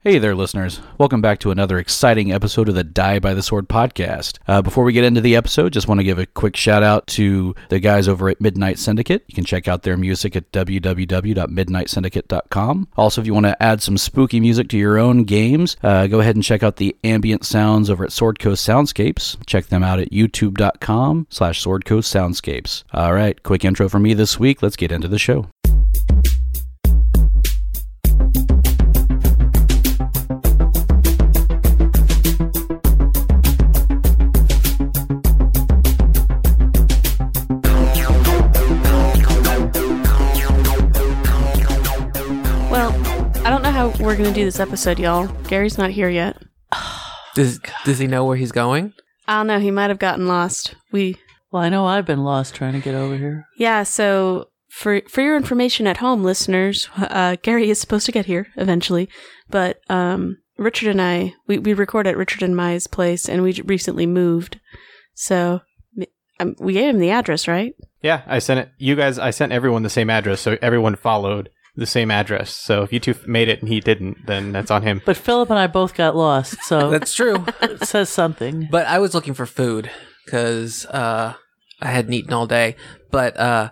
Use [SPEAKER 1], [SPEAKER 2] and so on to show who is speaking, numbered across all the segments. [SPEAKER 1] Hey there, listeners. Welcome back to another exciting episode of the Die by the Sword podcast. Uh, before we get into the episode, just want to give a quick shout out to the guys over at Midnight Syndicate. You can check out their music at www.midnightsyndicate.com. Also, if you want to add some spooky music to your own games, uh, go ahead and check out the ambient sounds over at Sword Coast Soundscapes. Check them out at youtube.com slash Sword Coast Soundscapes. All right, quick intro for me this week. Let's get into the show.
[SPEAKER 2] Well, I don't know how we're gonna do this episode, y'all. Gary's not here yet.
[SPEAKER 3] Does does he know where he's going?
[SPEAKER 2] I don't know. He might have gotten lost. We,
[SPEAKER 4] Well, I know I've been lost trying to get over here.
[SPEAKER 2] yeah. So for for your information at home, listeners, uh, Gary is supposed to get here eventually, but um, Richard and I, we we record at Richard and Mai's place, and we j- recently moved. So m- um, we gave him the address, right?
[SPEAKER 5] Yeah, I sent it. You guys, I sent everyone the same address, so everyone followed the same address. So if you two made it and he didn't, then that's on him.
[SPEAKER 4] But Philip and I both got lost, so
[SPEAKER 3] That's true.
[SPEAKER 4] it says something.
[SPEAKER 3] but I was looking for food because uh, I hadn't eaten all day, but uh,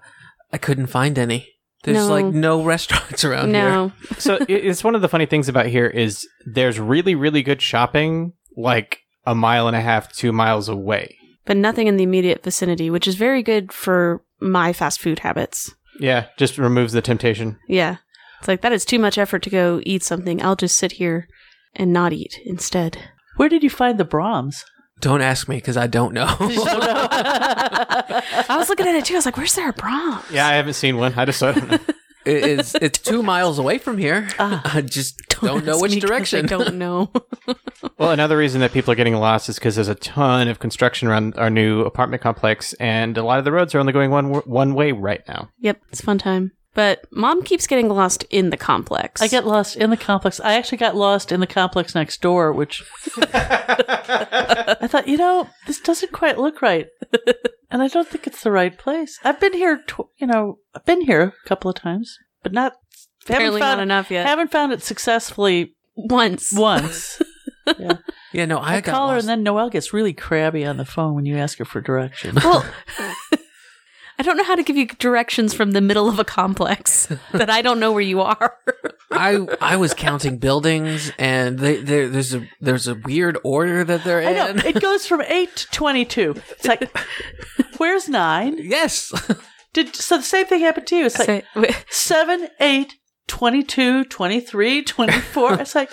[SPEAKER 3] I couldn't find any. There's
[SPEAKER 2] No.
[SPEAKER 3] like no restaurants around here.
[SPEAKER 2] no,
[SPEAKER 5] so i- it's one of the funny things about here is there's really, really good shopping like a mile and a half, two miles away.
[SPEAKER 2] but nothing in the immediate vicinity, which is very good for my fast food habits.
[SPEAKER 5] Yeah, just removes the temptation.
[SPEAKER 2] Yeah. It's like that is too much effort to go eat something. I'll just sit here and not eat instead.
[SPEAKER 4] Where did you find the Brahms?
[SPEAKER 3] Don't ask me because I don't know.
[SPEAKER 2] I was looking at it too. I was like, where's there a Brahms?
[SPEAKER 5] Yeah, I haven't seen one. I just don't know.
[SPEAKER 3] it is. It's two miles away from here.
[SPEAKER 4] Ah.
[SPEAKER 3] I just don't, know
[SPEAKER 2] ask
[SPEAKER 3] which
[SPEAKER 2] me 'cause
[SPEAKER 3] direction.
[SPEAKER 2] I don't know.
[SPEAKER 5] Well, another reason that people are getting lost is because there's a ton of construction around our new apartment complex, and a lot of the roads are only going one one way right now.
[SPEAKER 2] yep, it's fun time. But mom keeps getting lost in the complex.
[SPEAKER 4] I get lost in the complex. I actually got lost in the complex next door, which I thought, you know, this doesn't quite look right. and I don't think it's the right place. I've been here, tw- you know, I've been here a couple of times, but not haven't
[SPEAKER 2] apparently
[SPEAKER 4] found,
[SPEAKER 2] not enough yet.
[SPEAKER 4] Haven't found it successfully
[SPEAKER 2] Once.
[SPEAKER 4] once. yeah.
[SPEAKER 3] yeah, no, I,
[SPEAKER 4] I,
[SPEAKER 3] got
[SPEAKER 4] call her,
[SPEAKER 3] lost.
[SPEAKER 4] and then Noelle gets really crabby on the phone when you ask her for directions.
[SPEAKER 2] Well, I don't know how to give you directions from the middle of a complex that I don't know where you are.
[SPEAKER 3] I I was counting buildings, and they, there there's a there's a weird order that they're
[SPEAKER 4] I
[SPEAKER 3] in.
[SPEAKER 4] know it goes from eight to twenty-two. It's like, where's nine?
[SPEAKER 3] Yes,
[SPEAKER 4] Did so the same thing happened to you? It's like
[SPEAKER 2] So-
[SPEAKER 4] seven, eight, 22, 23, 24. it's like,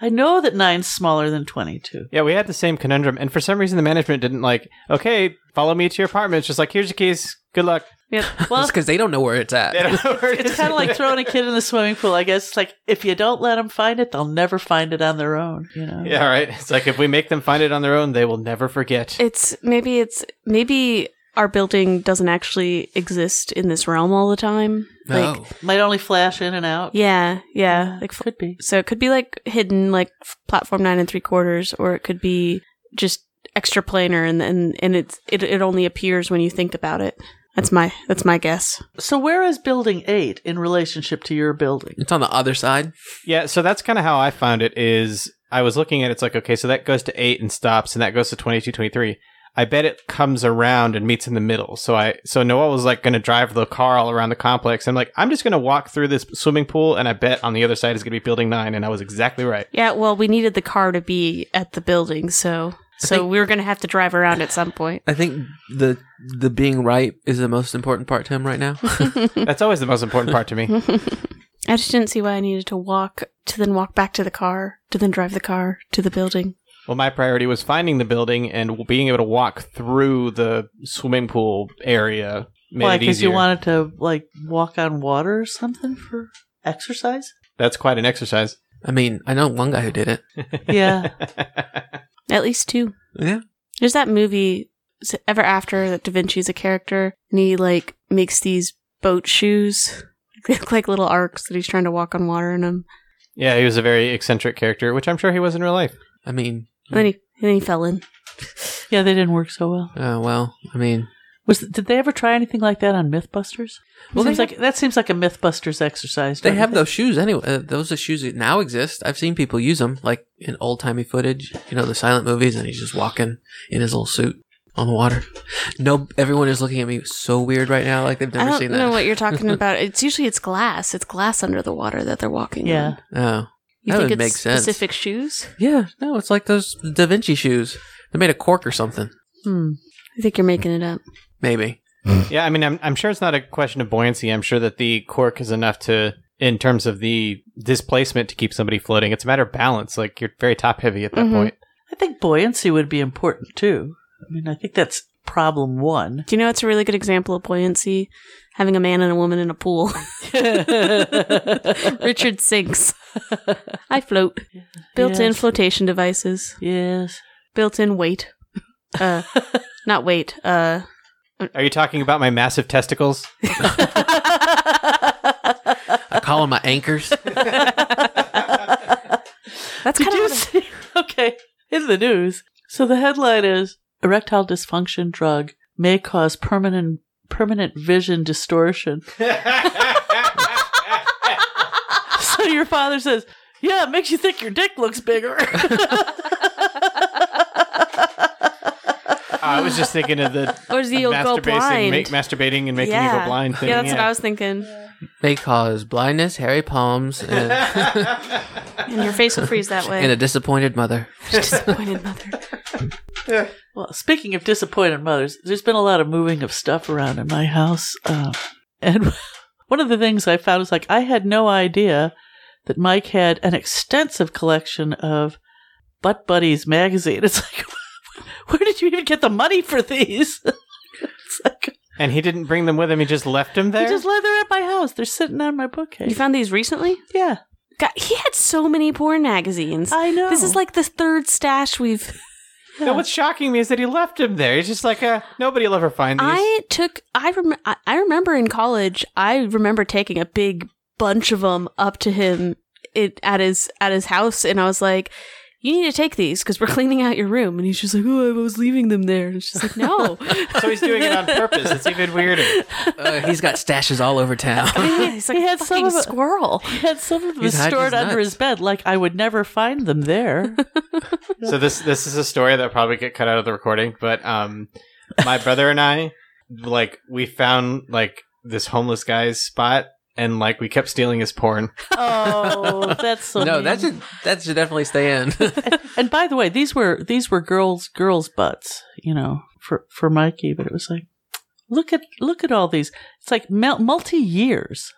[SPEAKER 4] I know that nine's smaller than twenty-two.
[SPEAKER 5] Yeah, we had the same conundrum, and for some reason the management didn't like. Okay, follow me to your apartment. It's just like here's your keys. Good luck.
[SPEAKER 2] yep.
[SPEAKER 4] Well,
[SPEAKER 3] because they don't know where it's at.
[SPEAKER 5] They don't know where it
[SPEAKER 4] it's
[SPEAKER 5] is.
[SPEAKER 4] kind of like throwing a kid in the swimming pool. I guess it's like if you don't let them find it, they'll never find it on their own. You know.
[SPEAKER 5] yeah, right. It's like if we make them find it on their own, they will never forget.
[SPEAKER 2] It's maybe it's maybe our building doesn't actually exist in this realm all the time. Like
[SPEAKER 3] No.
[SPEAKER 4] Might only flash in and out.
[SPEAKER 2] yeah, yeah. Like
[SPEAKER 4] Like could be.
[SPEAKER 2] so it could be like hidden like f- platform 9 and 3 quarters or it could be just extra planar and and and it's it it only appears when you think about it. That's my that's my guess.
[SPEAKER 4] So where is building eight in relationship to your building?
[SPEAKER 3] It's on the other side.
[SPEAKER 5] Yeah, so that's kind of how I found it. Is I was looking at it, it's like okay, so that goes to eight and stops, and that goes to 22, 23. I bet it comes around and meets in the middle. So I so Noah was like going to drive the car all around the complex. I'm like, I'm just going to walk through this swimming pool, and I bet on the other side is going to be building nine. And I was exactly right.
[SPEAKER 2] Yeah, well, we needed the car to be at the building, so so we were going to have to drive around at some point.
[SPEAKER 3] I think the the being right is the most important part to him right now.
[SPEAKER 5] That's always the most important part to me.
[SPEAKER 2] I just didn't see why I needed to walk to then walk back to the car, to then drive the car to the building.
[SPEAKER 5] Well, my priority was finding the building and being able to walk through the swimming pool area made
[SPEAKER 4] Why?
[SPEAKER 5] it
[SPEAKER 4] Because you
[SPEAKER 5] easier.
[SPEAKER 4] wanted to like walk on water or something for exercise?
[SPEAKER 5] That's quite an exercise.
[SPEAKER 3] I mean, I know one guy who did it.
[SPEAKER 4] Yeah.
[SPEAKER 2] At least two.
[SPEAKER 3] Yeah.
[SPEAKER 2] There's that movie is it Ever After that Da Vinci's a character and he like makes these boat shoes. They look like little arcs that he's trying to walk on water in them.
[SPEAKER 5] Yeah, he was a very eccentric character, which I'm sure he was in real life.
[SPEAKER 3] I mean,
[SPEAKER 2] And then he and then he fell in.
[SPEAKER 4] yeah, they didn't work so well.
[SPEAKER 3] uh, well, I mean,
[SPEAKER 4] Was did they ever try anything like that on MythBusters?
[SPEAKER 3] Well,
[SPEAKER 4] Well,
[SPEAKER 3] they
[SPEAKER 4] seems like that seems like a MythBusters exercise.
[SPEAKER 3] They
[SPEAKER 4] don't
[SPEAKER 3] have
[SPEAKER 4] you
[SPEAKER 3] those
[SPEAKER 4] think?
[SPEAKER 3] shoes anyway. Uh, those are shoes that now exist. I've seen people use them, like in old timey footage, you know, the silent movies, and he's just walking in his little suit on the water. No, everyone is looking at me so weird right now, like they've
[SPEAKER 2] I
[SPEAKER 3] never
[SPEAKER 2] don't
[SPEAKER 3] seen that.
[SPEAKER 2] know what you're talking about. It's usually it's glass. It's glass under the water that they're walking.
[SPEAKER 4] Yeah.
[SPEAKER 2] on.
[SPEAKER 3] oh,
[SPEAKER 2] you
[SPEAKER 3] That
[SPEAKER 2] think
[SPEAKER 3] would
[SPEAKER 2] it's
[SPEAKER 3] make sense.
[SPEAKER 2] specific shoes?
[SPEAKER 3] yeah, no, it's like those Da Vinci shoes. They made a cork or something,
[SPEAKER 4] Hmm.
[SPEAKER 2] I think you're making it up.
[SPEAKER 3] maybe.
[SPEAKER 5] Yeah, I mean, I'm, I'm sure it's not a question of buoyancy. I'm sure that the cork is enough to, in terms of the displacement, to keep somebody floating. It's a matter of balance. Like you're very top heavy at that
[SPEAKER 2] Mhm.
[SPEAKER 5] point.
[SPEAKER 4] I think buoyancy would be important too. I mean, I think that's problem one.
[SPEAKER 2] Do you know it's a really good example of buoyancy? Having a man and a woman in a pool. Richard sinks. I float. Built in
[SPEAKER 4] Yes.
[SPEAKER 2] flotation devices.
[SPEAKER 4] Yes.
[SPEAKER 2] Built in weight. Uh, not weight. Uh,
[SPEAKER 5] Are you talking about my massive testicles?
[SPEAKER 3] I call them my anchors.
[SPEAKER 2] that's
[SPEAKER 4] Did
[SPEAKER 2] kind
[SPEAKER 4] you
[SPEAKER 2] of.
[SPEAKER 4] see? Okay, in the news. So the headline is erectile dysfunction drug may cause permanent permanent vision distortion. so your father says, "Yeah, it makes you think your dick looks bigger."
[SPEAKER 5] Uh, I was just thinking of the
[SPEAKER 2] Or does he go
[SPEAKER 5] masturbating,
[SPEAKER 2] blind?
[SPEAKER 5] make, masturbating and making you go blind thing.
[SPEAKER 2] yeah, that's what I was thinking.
[SPEAKER 3] They cause blindness, hairy palms, and,
[SPEAKER 2] And your face will freeze that way.
[SPEAKER 3] and a disappointed mother.
[SPEAKER 2] disappointed mother.
[SPEAKER 4] well, speaking of disappointed mothers, there's been a lot of moving of stuff around in my house, uh, and one of the things I found is like I had no idea that Mike had an extensive collection of Butt Buddies magazine. It's like, where did you even get the money for these? it's like
[SPEAKER 5] and he didn't bring them with him. He just left them
[SPEAKER 4] they
[SPEAKER 5] there.
[SPEAKER 4] just lay there at my house. They're sitting on my
[SPEAKER 2] You
[SPEAKER 4] bookcase.
[SPEAKER 2] found these recently?
[SPEAKER 4] yeah,
[SPEAKER 2] God, he had so many porn magazines.
[SPEAKER 4] I know.
[SPEAKER 2] This is like the third stash we've.
[SPEAKER 5] No, what's shocking me is that he left them there. He's just like, uh, nobody will ever find these.
[SPEAKER 2] I took. I rem- I- I remember in college. I remember taking a big bunch of them up to him it, at his at his house, and I was like, "You need to take these because we're cleaning out your room." And he's just like, "Oh, I was leaving them there." And she's like, "No."
[SPEAKER 5] so he's doing it on purpose. It's even weirder.
[SPEAKER 3] Uh, he's got stashes all over town.
[SPEAKER 2] he's like
[SPEAKER 4] He
[SPEAKER 2] a
[SPEAKER 4] had some
[SPEAKER 2] fucking
[SPEAKER 4] of it.
[SPEAKER 2] squirrel.
[SPEAKER 4] He had some of them
[SPEAKER 3] He's hiding
[SPEAKER 4] stored
[SPEAKER 3] his
[SPEAKER 4] under
[SPEAKER 3] nuts.
[SPEAKER 4] his bed. Like I would never find them there.
[SPEAKER 5] so this this is a story that probably get cut out of the recording, but um, my brother and I, like, we found like this homeless guy's spot, and like we kept stealing his porn.
[SPEAKER 4] oh, that's so.
[SPEAKER 3] no,
[SPEAKER 4] mean.
[SPEAKER 3] that should that should definitely stay in.
[SPEAKER 4] And by the way, these were these were girls girls butts. You know, for for Mikey, but it was like, look at look at all these. It's like mul- multi years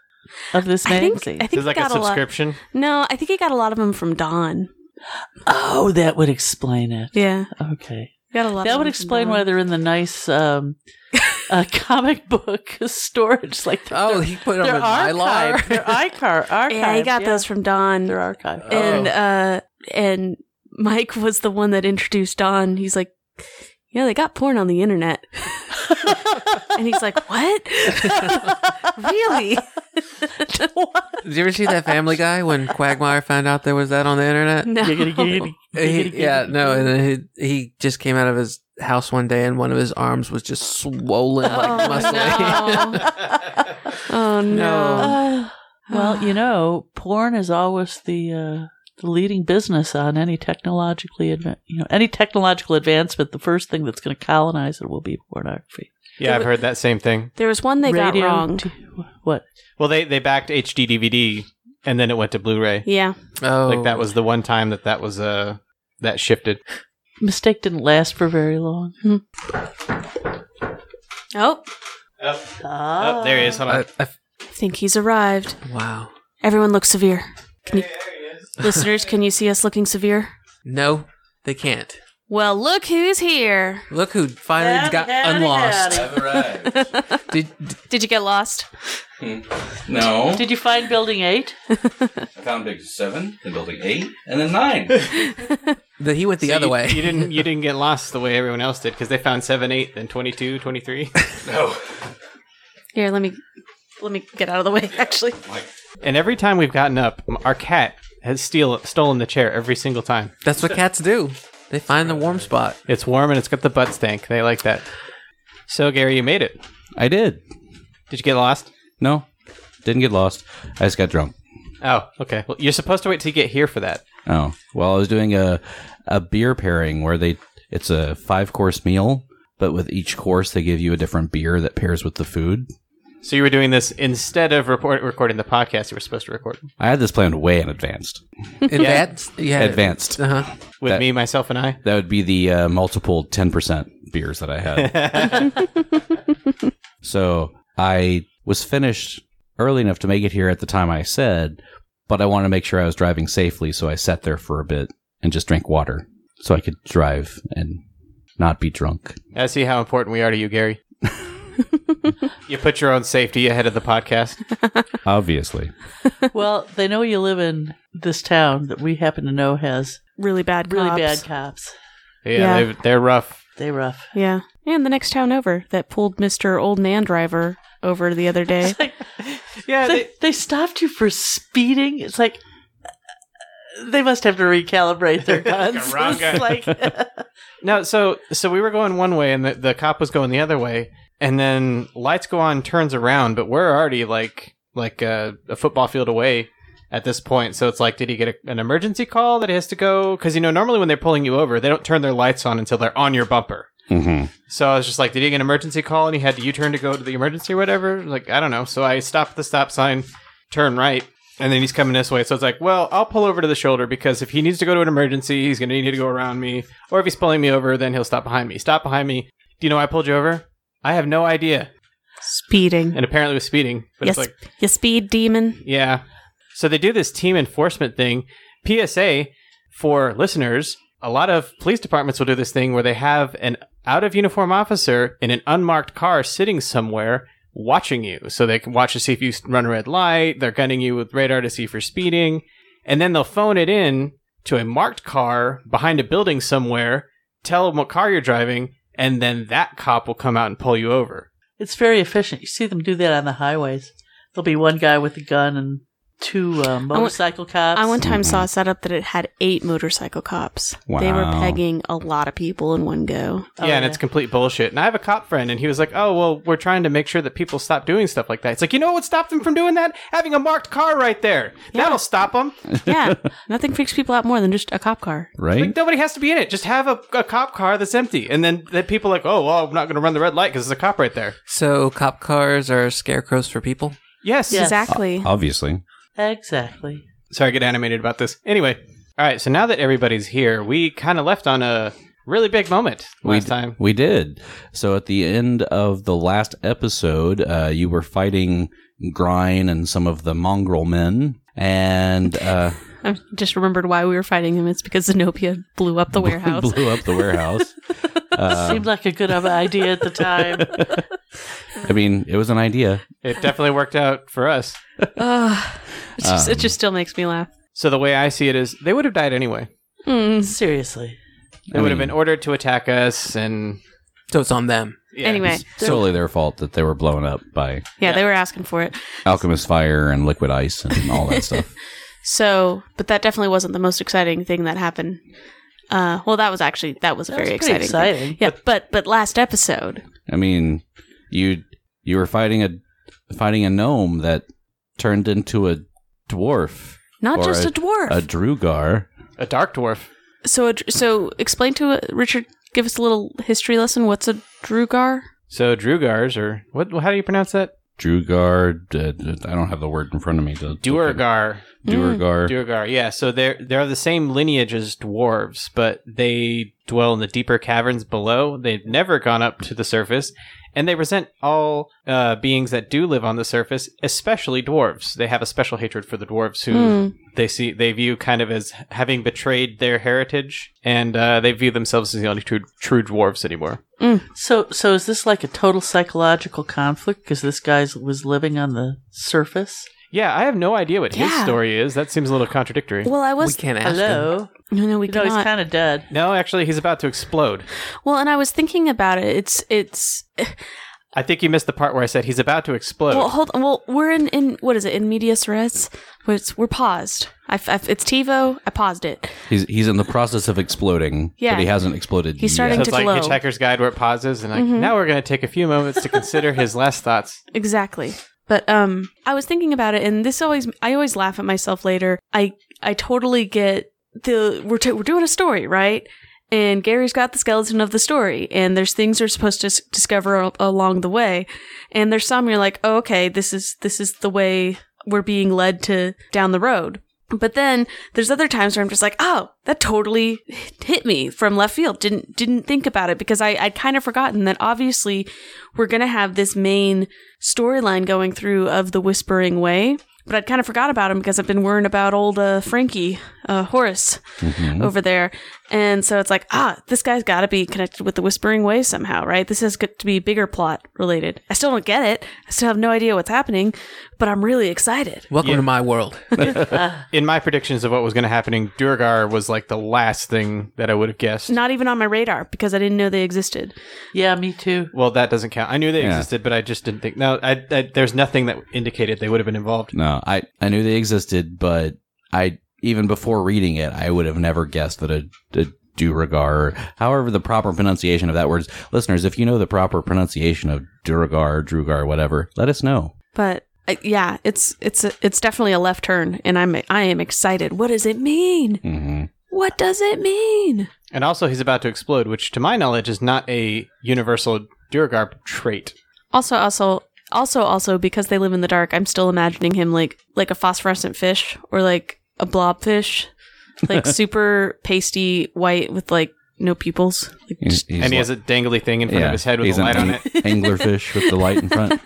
[SPEAKER 4] of this
[SPEAKER 2] I think.
[SPEAKER 4] magazine.
[SPEAKER 2] I think
[SPEAKER 5] This is
[SPEAKER 2] he
[SPEAKER 5] like a
[SPEAKER 2] got a, lot.
[SPEAKER 5] subscription.
[SPEAKER 2] No, I think he got a lot of them from Don.
[SPEAKER 4] oh, that would explain it.
[SPEAKER 2] Yeah,
[SPEAKER 4] Okay,
[SPEAKER 2] he got a lot. of
[SPEAKER 4] that
[SPEAKER 2] them
[SPEAKER 4] would
[SPEAKER 2] from
[SPEAKER 4] explain
[SPEAKER 2] Don.
[SPEAKER 4] why they're in the nice um, uh, comic book storage. Like
[SPEAKER 3] oh, he put it
[SPEAKER 4] they're
[SPEAKER 3] on my line.
[SPEAKER 4] archived. They're icar archived.
[SPEAKER 2] Yeah, he got
[SPEAKER 4] yeah.
[SPEAKER 2] those from Don.
[SPEAKER 4] They're archived.
[SPEAKER 3] Oh.
[SPEAKER 2] and uh and Mike was the one that introduced Don. He's like, Yeah, they got porn on the internet. and he's like, What? really?
[SPEAKER 3] Did you ever see that Family Guy when Quagmire found out there was that on the internet?
[SPEAKER 2] No.
[SPEAKER 4] Giggity, giggity,
[SPEAKER 3] He-
[SPEAKER 4] giggity,
[SPEAKER 3] yeah,
[SPEAKER 4] giggity.
[SPEAKER 3] no, and then he he just came out of his house one day and one of his arms was just swollen like
[SPEAKER 2] Oh,
[SPEAKER 3] muscly.
[SPEAKER 2] no. Oh no.
[SPEAKER 4] Uh, well, you know, porn is always the uh, the leading business on any technologically adva- you know any technological advancement. The first thing that's going to colonize it will be pornography.
[SPEAKER 5] Yeah, I've heard that same thing.
[SPEAKER 2] There was one they
[SPEAKER 4] Radio,
[SPEAKER 2] got wrong.
[SPEAKER 4] t- what?
[SPEAKER 5] Well, they they backed HD DVD, and then it went to Blu-ray.
[SPEAKER 2] Yeah.
[SPEAKER 3] oh,
[SPEAKER 5] Like that was the one time that that was uh that shifted.
[SPEAKER 4] Mistake didn't last for very long.
[SPEAKER 2] Oh,
[SPEAKER 5] Oh, oh, there he is. Hold on.
[SPEAKER 3] I- I-
[SPEAKER 2] I think he's arrived.
[SPEAKER 3] wow.
[SPEAKER 2] Everyone looks severe. Can you, listeners, can you see us looking severe?
[SPEAKER 3] No, they can't.
[SPEAKER 2] Well, look who's here.
[SPEAKER 3] Look who finally
[SPEAKER 4] Howdy,
[SPEAKER 3] got
[SPEAKER 4] howdy,
[SPEAKER 3] unlost.
[SPEAKER 4] howdy.
[SPEAKER 3] Did, did-
[SPEAKER 2] Did you get lost?
[SPEAKER 6] No.
[SPEAKER 4] Did you find Building Eight?
[SPEAKER 6] I found building seven, then building eight, and then nine.
[SPEAKER 3] the- he went the
[SPEAKER 5] So
[SPEAKER 3] other
[SPEAKER 5] you-
[SPEAKER 3] way.
[SPEAKER 5] you didn't you didn't get lost the way everyone else did because they found 7 8 then 22 23
[SPEAKER 6] no.
[SPEAKER 2] Here, let me let me get out of the way actually.
[SPEAKER 5] and every time we've gotten up m- our cat has steal, stolen the chair every single time
[SPEAKER 3] That's what cats do. They find the warm spot.
[SPEAKER 5] it's warm and it's got the butt stank they like that So, Gary, you made it.
[SPEAKER 1] I did.
[SPEAKER 5] Did you get lost?
[SPEAKER 1] No, didn't get lost. I just got drunk.
[SPEAKER 5] Oh, okay. Well, you're supposed to wait till you get here for that.
[SPEAKER 1] Oh, well, I was doing a a beer pairing where they it's a five course meal, but with each course they give you a different beer that pairs with the food.
[SPEAKER 5] So you were doing this instead of report- recording the podcast you were supposed to record
[SPEAKER 1] I had this planned way in advance.
[SPEAKER 3] Advanced. Yeah.
[SPEAKER 1] Advanced.
[SPEAKER 3] Uh huh.
[SPEAKER 5] with
[SPEAKER 1] That-
[SPEAKER 5] me, myself, and I.
[SPEAKER 1] That would be the uh, multiple ten percent beers that I had. so I was finished early enough to make it here at the time I said, but I wanted to make sure I was driving safely, so I sat there for a bit and just drank water so I could drive and not be drunk.
[SPEAKER 5] I see how important we are to you, Gary. you put your own safety ahead of the podcast.
[SPEAKER 1] Obviously.
[SPEAKER 4] well, they know you live in this town that we happen to know has
[SPEAKER 2] Really bad
[SPEAKER 4] really
[SPEAKER 2] cops.
[SPEAKER 4] bad cops.
[SPEAKER 5] Yeah,
[SPEAKER 2] Yeah.
[SPEAKER 5] They, they're rough.
[SPEAKER 4] They rough.
[SPEAKER 2] Yeah. And the next town over that pulled Mr. Old Man Driver over the other day.
[SPEAKER 4] It's like
[SPEAKER 5] Yeah,
[SPEAKER 4] they, they stopped you for speeding. It's like uh, they must have to recalibrate their guns. It's like
[SPEAKER 5] No, so so we were going one way, and the, the cop was going the other way, and then lights go on, turns around, but we're already like like uh, a football field away at this point. So it's like, did he get a, an emergency call that he has to go? Because you know, normally when they're pulling you over, they don't turn their lights on until they're on your bumper.
[SPEAKER 1] Mm-hmm.
[SPEAKER 5] So I was just like, did he get an emergency call, and he had to U-turn to go to the emergency or whatever? Like I don't know. So I stopped at the stop sign, turn right. And then he's coming this way, so it's like, well, I'll pull over to the shoulder because if he needs to go to an emergency, he's gonna need to go around me. Or if he's pulling me over, then he'll stop behind me. Stop behind me. Do you know why I pulled you over? I have no idea.
[SPEAKER 2] Speeding.
[SPEAKER 5] And apparently was speeding. But
[SPEAKER 2] Yes,
[SPEAKER 5] it's like,
[SPEAKER 2] you speed demon.
[SPEAKER 5] yeah. So they do this team enforcement thing. PSA for listeners, a lot of police departments will do this thing where they have an out of uniform officer in an unmarked car sitting somewhere watching you. So they can watch to see if you run a red light, they're gunning you with radar to see if you're speeding, and then they'll phone it in to a marked car behind a building somewhere, tell them what car you're driving, and then that cop will come out and pull you over.
[SPEAKER 4] it's very efficient. You see them do that on the highways. There'll be one guy with a gun and two uh, motorcycle cops.
[SPEAKER 2] I one time
[SPEAKER 1] Mhm.
[SPEAKER 2] saw a setup that it had eight motorcycle cops. They were
[SPEAKER 1] Wow.
[SPEAKER 2] pegging a lot of people in one go.
[SPEAKER 4] Oh,
[SPEAKER 5] yeah, and it's complete bullshit. And I have a cop friend, and he was like, "Oh, well, we're trying to make sure that people stop doing stuff like that." It's like, you know what stopped them from doing that? Having a marked car right there. That'll stop them.
[SPEAKER 2] Yeah. Nothing freaks people out more than just a cop car.
[SPEAKER 1] Right?
[SPEAKER 5] Like nobody has to be in it. Just have a, a cop car that's empty, and then that people are like, "Oh, well, I'm not going to run the red light because there's a cop right there."
[SPEAKER 3] So cop cars are scarecrows for people.
[SPEAKER 5] Yes.
[SPEAKER 4] Yes.
[SPEAKER 2] Exactly.
[SPEAKER 5] Uh,
[SPEAKER 1] Obviously.
[SPEAKER 4] exactly.
[SPEAKER 5] Sorry, I get animated about this. Anyway, all right. So now that everybody's here, we kind of left on a really big moment
[SPEAKER 1] we
[SPEAKER 5] last
[SPEAKER 1] d-
[SPEAKER 5] time.
[SPEAKER 1] we did. So at the end of the last episode, uh, you were fighting Grine and some of the mongrel men, and uh,
[SPEAKER 2] I just remembered why we were fighting them. It's because Zenobia blew up the warehouse.
[SPEAKER 1] blew up the warehouse. Uh,
[SPEAKER 4] Seemed like a good of- idea at the time.
[SPEAKER 1] I mean, it was an idea.
[SPEAKER 5] It definitely worked out for us.
[SPEAKER 2] Ugh. It's just, it
[SPEAKER 1] Um,
[SPEAKER 2] just still makes me laugh.
[SPEAKER 5] So the way I see it is, they would have died anyway.
[SPEAKER 2] Mm.
[SPEAKER 4] Seriously.
[SPEAKER 5] They
[SPEAKER 1] I
[SPEAKER 5] would have
[SPEAKER 1] mean-
[SPEAKER 5] been ordered to attack us, and
[SPEAKER 3] So it's on them.
[SPEAKER 5] yeah.
[SPEAKER 2] Anyway, yeah,
[SPEAKER 1] It's totally their fault that they were blown up by
[SPEAKER 2] they were asking for it.
[SPEAKER 1] alchemist fire and liquid ice and all that stuff.
[SPEAKER 2] So, but that definitely wasn't the most exciting thing that happened. Uh, well, that was actually that was a
[SPEAKER 4] That was
[SPEAKER 2] very
[SPEAKER 4] pretty
[SPEAKER 2] exciting. thing.
[SPEAKER 4] exciting.
[SPEAKER 2] Yeah, but but last episode,
[SPEAKER 1] I mean, you you were fighting a fighting a gnome that turned into a dwarf,
[SPEAKER 2] not
[SPEAKER 1] Or
[SPEAKER 2] just a, dwarf.
[SPEAKER 1] a drugar.
[SPEAKER 5] a dark dwarf.
[SPEAKER 2] so a, dr- so explain to uh, Richard. Give us a little history lesson. What's a drugar?
[SPEAKER 5] So Drugars, or what? How do you pronounce that?
[SPEAKER 1] Drugar. Uh, I don't have the word in front of me. To,
[SPEAKER 5] Duergar. Mm.
[SPEAKER 1] Duergar.
[SPEAKER 5] Duergar. Yeah. So they're they're the same lineage as dwarves, but they dwell in the deeper caverns below. They've never gone up to the surface, and they resent all uh, beings that do live on the surface, especially dwarves. They have a special hatred for the dwarves, who they see they view kind of as having betrayed their heritage, and uh, they view themselves as the only true true dwarves anymore.
[SPEAKER 4] So, so is this like a total psychological conflict because this guy was living on the surface?
[SPEAKER 5] Yeah, I have no idea what his
[SPEAKER 2] Yeah.
[SPEAKER 5] story is. That seems a little contradictory.
[SPEAKER 2] Well, I
[SPEAKER 3] We
[SPEAKER 2] was
[SPEAKER 3] can't ask them.
[SPEAKER 4] Hello.
[SPEAKER 2] no no we
[SPEAKER 4] You know, he's
[SPEAKER 2] cannot.
[SPEAKER 4] kind of dead.
[SPEAKER 5] No, actually, he's about to explode.
[SPEAKER 2] Well, and I was thinking about it. It's it's
[SPEAKER 5] I think you missed the part where I said he's about to explode.
[SPEAKER 2] Well, hold on. Well, we're in, in what is it? In medias res. Where it's, we're paused. I, I, it's TiVo. I paused it.
[SPEAKER 1] He's he's in the process of exploding,
[SPEAKER 2] Yeah.
[SPEAKER 1] but he hasn't exploded
[SPEAKER 2] He's
[SPEAKER 1] yet.
[SPEAKER 5] so
[SPEAKER 2] starting-
[SPEAKER 5] it's
[SPEAKER 2] to
[SPEAKER 5] like
[SPEAKER 2] glow. Mm-hmm.
[SPEAKER 5] Hitchhiker's Guide where it pauses, and like now we're going to take a few moments to consider his last thoughts.
[SPEAKER 2] Exactly. But um, I was thinking about it, and this always I always laugh at myself later. I I totally get the we're t- we're doing a story right. And Gary's got the skeleton of the story, and there's things you're supposed to s- discover al- along the way, and there's some you're like, oh, okay, this is this is the way we're being led to down the road. But then there's other times where I'm just like, oh, that totally hit me from left field. Didn't didn't think about it because I I'd kind of forgotten that obviously we're gonna have this main storyline going through of the Whispering Way. But I'd kind of forgot about him because I've been worrying about old uh, Frankie uh, Horace
[SPEAKER 1] Mhm.
[SPEAKER 2] over there, and so it's like, ah, this guy's got to be connected with the Whispering Way somehow, right? This has got to be bigger plot related. I still don't get it. I still have no idea what's happening, but I'm really excited.
[SPEAKER 3] Welcome
[SPEAKER 5] Yeah.
[SPEAKER 3] to my world.
[SPEAKER 5] In my predictions of what was going to happen, Durgar was like the last thing that I would have guessed.
[SPEAKER 2] Not even on my radar because I didn't know they existed.
[SPEAKER 4] Yeah, me too.
[SPEAKER 5] Well, that doesn't count. I knew they
[SPEAKER 1] Yeah.
[SPEAKER 5] existed, but I just didn't think. No, I, I, there's nothing that indicated they would have been involved.
[SPEAKER 1] No, I I knew they existed, but I even before reading it, I would have never guessed that a, a Duragar, however the proper pronunciation of that word is. Listeners, if you know the proper pronunciation of Duragar, Drugar, whatever, let us know.
[SPEAKER 2] But uh, yeah, it's it's a, it's definitely a left turn, and I'm I am excited. What does it mean?
[SPEAKER 5] Mm-hmm.
[SPEAKER 1] hmm
[SPEAKER 2] What does it mean?
[SPEAKER 5] And also, he's about to explode, which, to my knowledge, is not a universal Durgar trait.
[SPEAKER 2] Also, also, also, also, because they live in the dark, I'm still imagining him like like a phosphorescent fish or like a blobfish, like super pasty white with like no pupils. Like,
[SPEAKER 1] He's,
[SPEAKER 2] just-
[SPEAKER 1] he's
[SPEAKER 5] and he
[SPEAKER 1] like-
[SPEAKER 5] has a dangly thing in front of his head with
[SPEAKER 1] he's
[SPEAKER 5] a
[SPEAKER 1] an
[SPEAKER 5] light on
[SPEAKER 1] ang-
[SPEAKER 5] it.
[SPEAKER 1] anglerfish with the light in front.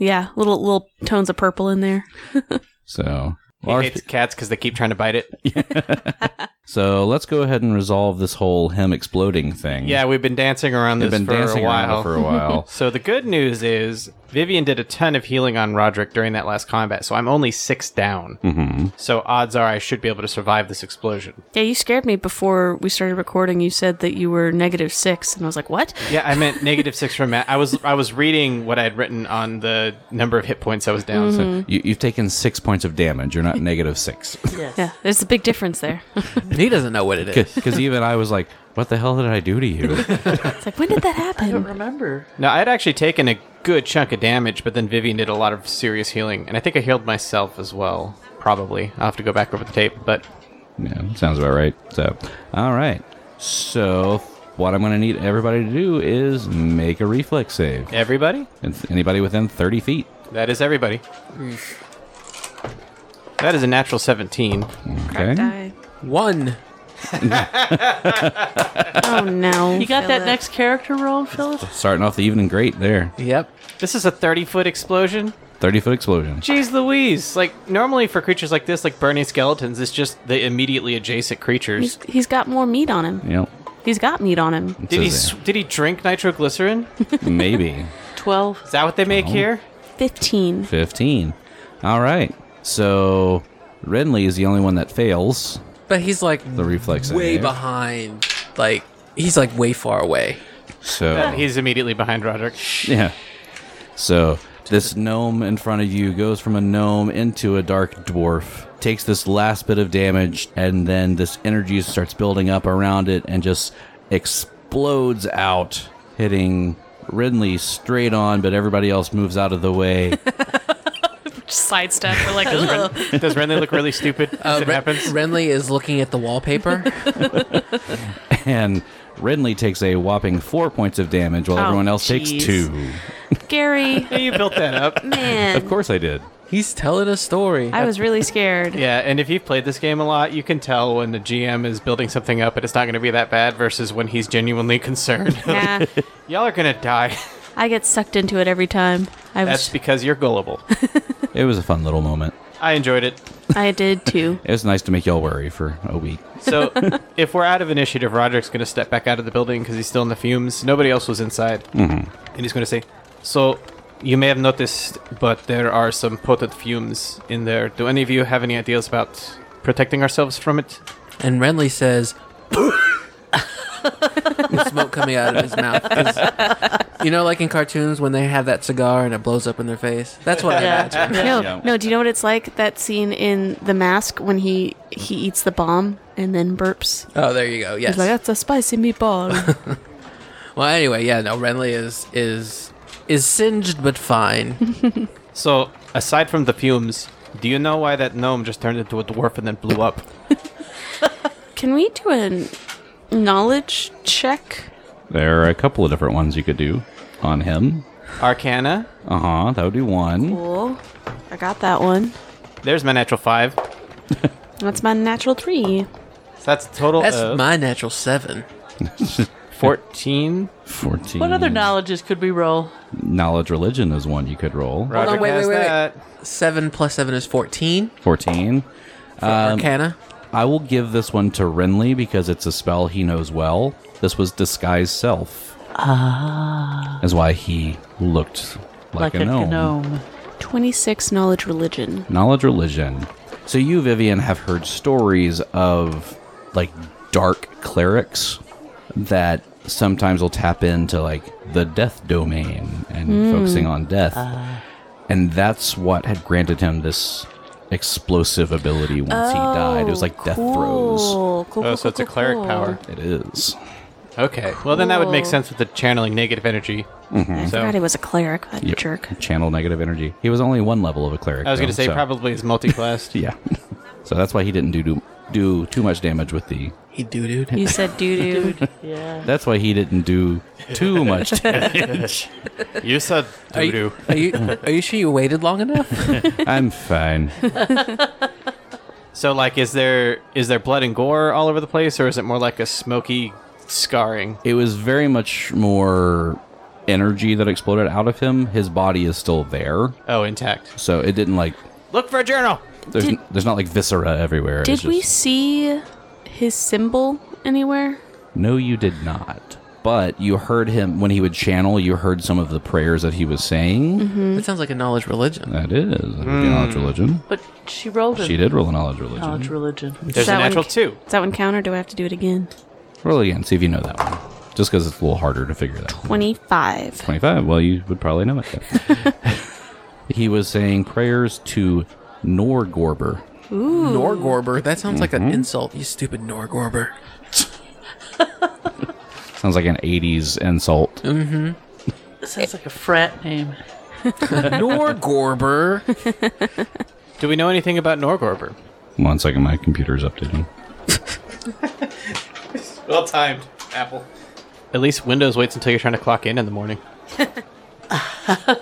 [SPEAKER 2] yeah, little little tones of purple in there.
[SPEAKER 1] So,
[SPEAKER 5] He hates cats because they keep trying to bite it.
[SPEAKER 1] so let's go ahead and resolve this whole him exploding thing.
[SPEAKER 5] Yeah, we've been dancing around
[SPEAKER 1] we've
[SPEAKER 5] this
[SPEAKER 1] been
[SPEAKER 5] for
[SPEAKER 1] dancing
[SPEAKER 5] a
[SPEAKER 1] around
[SPEAKER 5] while.
[SPEAKER 1] it for a while.
[SPEAKER 5] so the good news is Vivian did a ton of healing on Roderick during that last combat, so I'm only six down.
[SPEAKER 1] hmm
[SPEAKER 5] So odds are I should be able to survive this explosion.
[SPEAKER 2] Yeah, you scared me before we started recording. You said that you were negative six, and I was like, "What?"
[SPEAKER 5] Yeah, I meant negative six from Matt. I was I was reading what I had written on the number of hit points I was down. So
[SPEAKER 1] You, you've taken six points of damage. You're not negative six.
[SPEAKER 2] Yeah, there's a big difference there.
[SPEAKER 3] he doesn't know what it is.
[SPEAKER 1] Because even I was like, what the hell did I do to you?
[SPEAKER 2] It's like, when did that
[SPEAKER 4] I
[SPEAKER 2] happen?
[SPEAKER 4] don't remember.
[SPEAKER 5] No, I had actually taken a good chunk of damage, but then Vivian did a lot of serious healing, and I think I healed myself as well. Probably, I'll have to go back over the tape. But
[SPEAKER 1] yeah, sounds about right. So, all right. So, what I'm going to need everybody to do is make a reflex save.
[SPEAKER 5] everybody,
[SPEAKER 1] And anybody within 30 feet.
[SPEAKER 5] that is everybody. That is a natural seventeen.
[SPEAKER 1] Okay.
[SPEAKER 2] Die.
[SPEAKER 3] One.
[SPEAKER 2] Oh no!
[SPEAKER 4] You got that
[SPEAKER 2] Philip.
[SPEAKER 4] next character roll, Philip?
[SPEAKER 1] Starting off the evening great there.
[SPEAKER 3] Yep.
[SPEAKER 5] This is a thirty-foot explosion.
[SPEAKER 1] 30 foot explosion.
[SPEAKER 5] Jeez Louise! Like normally for creatures like this, like burning skeletons, it's just the immediately adjacent creatures.
[SPEAKER 2] He's, he's got more meat on him.
[SPEAKER 1] Yep.
[SPEAKER 2] He's got meat on him.
[SPEAKER 5] Did he
[SPEAKER 1] Says
[SPEAKER 5] sw- did he drink nitroglycerin? is
[SPEAKER 1] there. Maybe.
[SPEAKER 4] 12.
[SPEAKER 5] that what they make here?
[SPEAKER 2] Fifteen.
[SPEAKER 1] 15. All right. So, Renly is the only one that fails
[SPEAKER 3] But he's like
[SPEAKER 1] the reflex
[SPEAKER 3] way
[SPEAKER 1] save.
[SPEAKER 3] behind. Like he's like way far away.
[SPEAKER 1] So,
[SPEAKER 5] He's immediately behind Roderick.
[SPEAKER 1] Yeah. So this gnome in front of you goes from a gnome into a dark dwarf, takes this last bit of damage, and then this energy starts building up around it and just explodes out, hitting Ridley straight on, but everybody else moves out of the way.
[SPEAKER 2] sidestep. We're like, "Ugh."
[SPEAKER 5] Does Renly look really stupid as it
[SPEAKER 3] Ren-
[SPEAKER 5] happens?
[SPEAKER 3] Renly is looking at the wallpaper.
[SPEAKER 1] and Ridley takes a whopping four points of damage while
[SPEAKER 4] Oh,
[SPEAKER 1] everyone else
[SPEAKER 4] jeez.
[SPEAKER 1] takes two.
[SPEAKER 2] Gary,
[SPEAKER 5] Yeah, you built that up.
[SPEAKER 2] man.
[SPEAKER 1] Of course I did.
[SPEAKER 3] he's telling a story.
[SPEAKER 2] I was really scared.
[SPEAKER 5] Yeah, and if you've played this game a lot, you can tell when the GM is building something up and it's not going to be that bad versus when he's genuinely concerned.
[SPEAKER 2] Nah,
[SPEAKER 5] Y'all are going to die.
[SPEAKER 2] I get sucked into it every time. I
[SPEAKER 5] That's
[SPEAKER 2] was,
[SPEAKER 5] because you're gullible.
[SPEAKER 1] It was a fun little moment.
[SPEAKER 5] I enjoyed it.
[SPEAKER 2] I did too.
[SPEAKER 1] It was nice to make y'all worry for a week.
[SPEAKER 5] So, if we're out of initiative, Roderick's going to step back out of the building because he's still in the fumes. Nobody else was inside. Mm-hmm. And he's going to say, So, you may have noticed, but there are some potent fumes in there. Do any of you have any ideas about protecting ourselves from it?
[SPEAKER 3] and Renly says, "With smoke coming out of his mouth." 'cause You know, like in cartoons when they have that cigar and it blows up in their face. That's what I
[SPEAKER 4] Yeah.
[SPEAKER 3] imagine.
[SPEAKER 2] No,
[SPEAKER 6] Yeah.
[SPEAKER 2] no. Do you know what it's like? That scene in The Mask when he he eats the bomb and then burps.
[SPEAKER 3] Oh, there you go. Yes.
[SPEAKER 2] He's like, "That's a spicy meatball."
[SPEAKER 3] Well, anyway, yeah. No, Renly is is is singed but fine.
[SPEAKER 5] So, aside from the fumes, do you know why that gnome just turned into a dwarf and then blew up?
[SPEAKER 2] Can we do a knowledge check?
[SPEAKER 1] There are a couple of different ones you could do on him.
[SPEAKER 5] Arcana.
[SPEAKER 1] Uh huh. That would be one.
[SPEAKER 2] Cool. I got that one.
[SPEAKER 5] There's my natural five. So
[SPEAKER 2] That's my natural three.
[SPEAKER 5] that's a total
[SPEAKER 3] That's
[SPEAKER 5] of
[SPEAKER 3] my natural seven.
[SPEAKER 5] fourteen.
[SPEAKER 1] Fourteen.
[SPEAKER 4] What other knowledges could we roll?
[SPEAKER 1] Knowledge religion is one you could roll.
[SPEAKER 5] Roger
[SPEAKER 3] on, wait,
[SPEAKER 5] has
[SPEAKER 3] wait, wait, wait.
[SPEAKER 5] that.
[SPEAKER 3] Seven plus seven is fourteen.
[SPEAKER 1] Fourteen.
[SPEAKER 3] For Arcana.
[SPEAKER 1] I will give this one to Renly because it's a spell he knows well. This was disguise self. Ah. That's why he looked like, a, gnome.
[SPEAKER 4] gnome.
[SPEAKER 2] Twenty-six knowledge religion.
[SPEAKER 1] Knowledge religion. So you, Vivian, have heard stories of like dark clerics that sometimes will tap into like the death domain and focusing on death. and that's what had granted him this explosive ability once he died. It was like death throes.
[SPEAKER 2] Oh, Cool, cool,
[SPEAKER 5] Oh,
[SPEAKER 2] cool,
[SPEAKER 5] so it's a
[SPEAKER 2] cool,
[SPEAKER 5] cleric
[SPEAKER 2] cool.
[SPEAKER 5] power.
[SPEAKER 1] It is.
[SPEAKER 5] Okay. Well, then that would make
[SPEAKER 2] Cool.
[SPEAKER 5] sense with the channeling negative energy. So
[SPEAKER 2] God, he was a cleric. That
[SPEAKER 1] Mm-hmm. Yep.
[SPEAKER 2] jerk.
[SPEAKER 1] Channel negative energy. He was only one level of a cleric.
[SPEAKER 5] I was going
[SPEAKER 1] though,
[SPEAKER 5] to say
[SPEAKER 1] so-
[SPEAKER 5] probably is multi-classed.
[SPEAKER 1] Yeah. so that's why he didn't do, do do too much damage with the.
[SPEAKER 3] He doo dooed.
[SPEAKER 2] You said doo doo.
[SPEAKER 4] Yeah.
[SPEAKER 1] That's why he didn't do too much. damage.
[SPEAKER 5] you said
[SPEAKER 3] Are you, are you are you sure you waited long enough?
[SPEAKER 1] I'm fine.
[SPEAKER 5] So, like, is there is there blood and gore all over the place, or is it more like a smoky scarring?
[SPEAKER 1] It was very much more energy that exploded out of him. His body is still there,
[SPEAKER 5] Oh, intact.
[SPEAKER 1] so it didn't like.
[SPEAKER 5] Look for a journal.
[SPEAKER 1] There's
[SPEAKER 2] Did-
[SPEAKER 1] n- there's not like viscera everywhere.
[SPEAKER 2] Did
[SPEAKER 1] It's
[SPEAKER 2] we
[SPEAKER 1] just-
[SPEAKER 2] see his symbol anywhere?
[SPEAKER 1] No, you did not. But you heard him when he would channel. You heard some of the prayers that he was saying.
[SPEAKER 2] Mm-hmm.
[SPEAKER 3] That sounds like a knowledge religion.
[SPEAKER 1] That is that would be knowledge religion.
[SPEAKER 4] But she rolled a
[SPEAKER 1] She did roll a knowledge religion.
[SPEAKER 4] knowledge religion.
[SPEAKER 5] There's
[SPEAKER 2] that
[SPEAKER 5] a
[SPEAKER 2] one
[SPEAKER 5] natural
[SPEAKER 2] c-
[SPEAKER 5] two.
[SPEAKER 2] Does that one count, or do I have to do it again?
[SPEAKER 1] Roll again, see if you know that one. Just because it's a little harder to figure that. one.
[SPEAKER 2] Twenty-five.
[SPEAKER 1] 25. Well, you would probably know it. then. he was saying prayers to Norgorber.
[SPEAKER 3] Norgorber. That sounds like an insult. You stupid Norgorber.
[SPEAKER 1] Sounds like an 80s insult.
[SPEAKER 4] Sounds like a frat name.
[SPEAKER 3] Norgorber.
[SPEAKER 5] Do we know anything about Norgorber?
[SPEAKER 1] One second, my computer's updating.
[SPEAKER 5] Well timed, Apple. At least Windows waits until you're trying to clock in in the morning.
[SPEAKER 1] All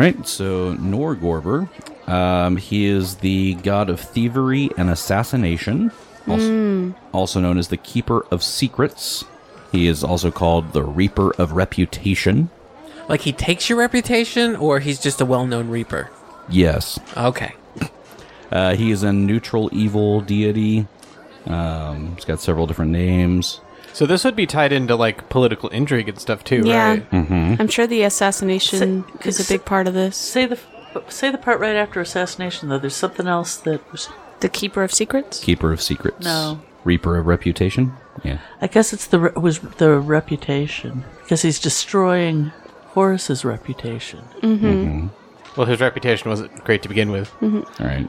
[SPEAKER 1] right, so Norgorber. Um, he is the god of thievery and assassination, also, also known as the Keeper of Secrets. He is also called the Reaper of Reputation.
[SPEAKER 3] Like he takes your reputation, or he's just a well-known reaper.
[SPEAKER 1] Yes,
[SPEAKER 3] Okay.
[SPEAKER 1] Uh, he is a neutral evil deity. Um, he's got several different names.
[SPEAKER 5] So this would be tied into like political intrigue and stuff too,
[SPEAKER 2] Yeah.
[SPEAKER 5] right?
[SPEAKER 2] I'm sure the assassination
[SPEAKER 4] So-
[SPEAKER 2] is a big part of this.
[SPEAKER 4] Say the say the part right after assassination though. There's something else that was.
[SPEAKER 2] The keeper of secrets.
[SPEAKER 1] Keeper of secrets.
[SPEAKER 4] No.
[SPEAKER 1] Reaper of reputation. Yeah.
[SPEAKER 4] I guess it's the re- was the reputation because he's destroying Horace's reputation.
[SPEAKER 5] Well, his reputation wasn't great to begin with.
[SPEAKER 2] Mm-hmm.
[SPEAKER 1] All right.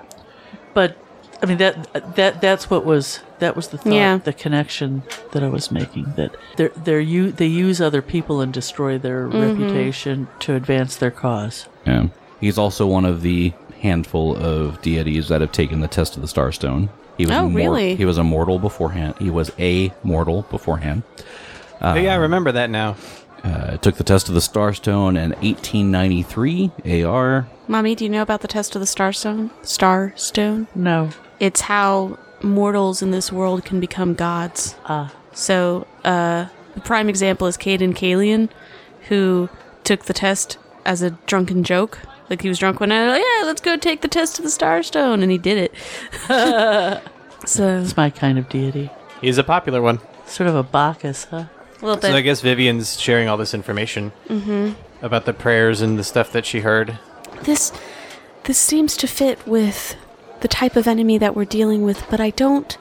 [SPEAKER 4] But I mean that that that's what was that was the thought,
[SPEAKER 2] Yeah.
[SPEAKER 4] the connection that I was making that they're they're you they use other people and destroy their
[SPEAKER 2] Mm-hmm.
[SPEAKER 4] reputation to advance their cause.
[SPEAKER 1] Yeah. He's also one of the handful of deities that have taken the test of the Starstone. He was
[SPEAKER 2] Oh,
[SPEAKER 1] a mor-
[SPEAKER 2] really?
[SPEAKER 1] He was a mortal beforehand. He was a mortal beforehand.
[SPEAKER 5] Oh, yeah, I remember that now.
[SPEAKER 1] Uh, took the test of the Starstone in 1893 AR.
[SPEAKER 2] Mommy, do you know about the test of the Starstone? Starstone.
[SPEAKER 4] No,
[SPEAKER 2] It's how mortals in this world can become gods.
[SPEAKER 4] Ah.
[SPEAKER 2] So, uh, the prime example is Caden Kalian, who took the test as a drunken joke. Like he was drunk one night. Yeah, let's go take the test of the Starstone, and he did it. so
[SPEAKER 4] it's my kind of deity,
[SPEAKER 5] He's a popular one.
[SPEAKER 4] sort of a Bacchus, huh?
[SPEAKER 2] a little
[SPEAKER 5] So I
[SPEAKER 2] bit.
[SPEAKER 5] guess Vivian's sharing all this information about the prayers and the stuff that she heard.
[SPEAKER 2] This this seems to fit with the type of enemy that we're dealing with, but I don't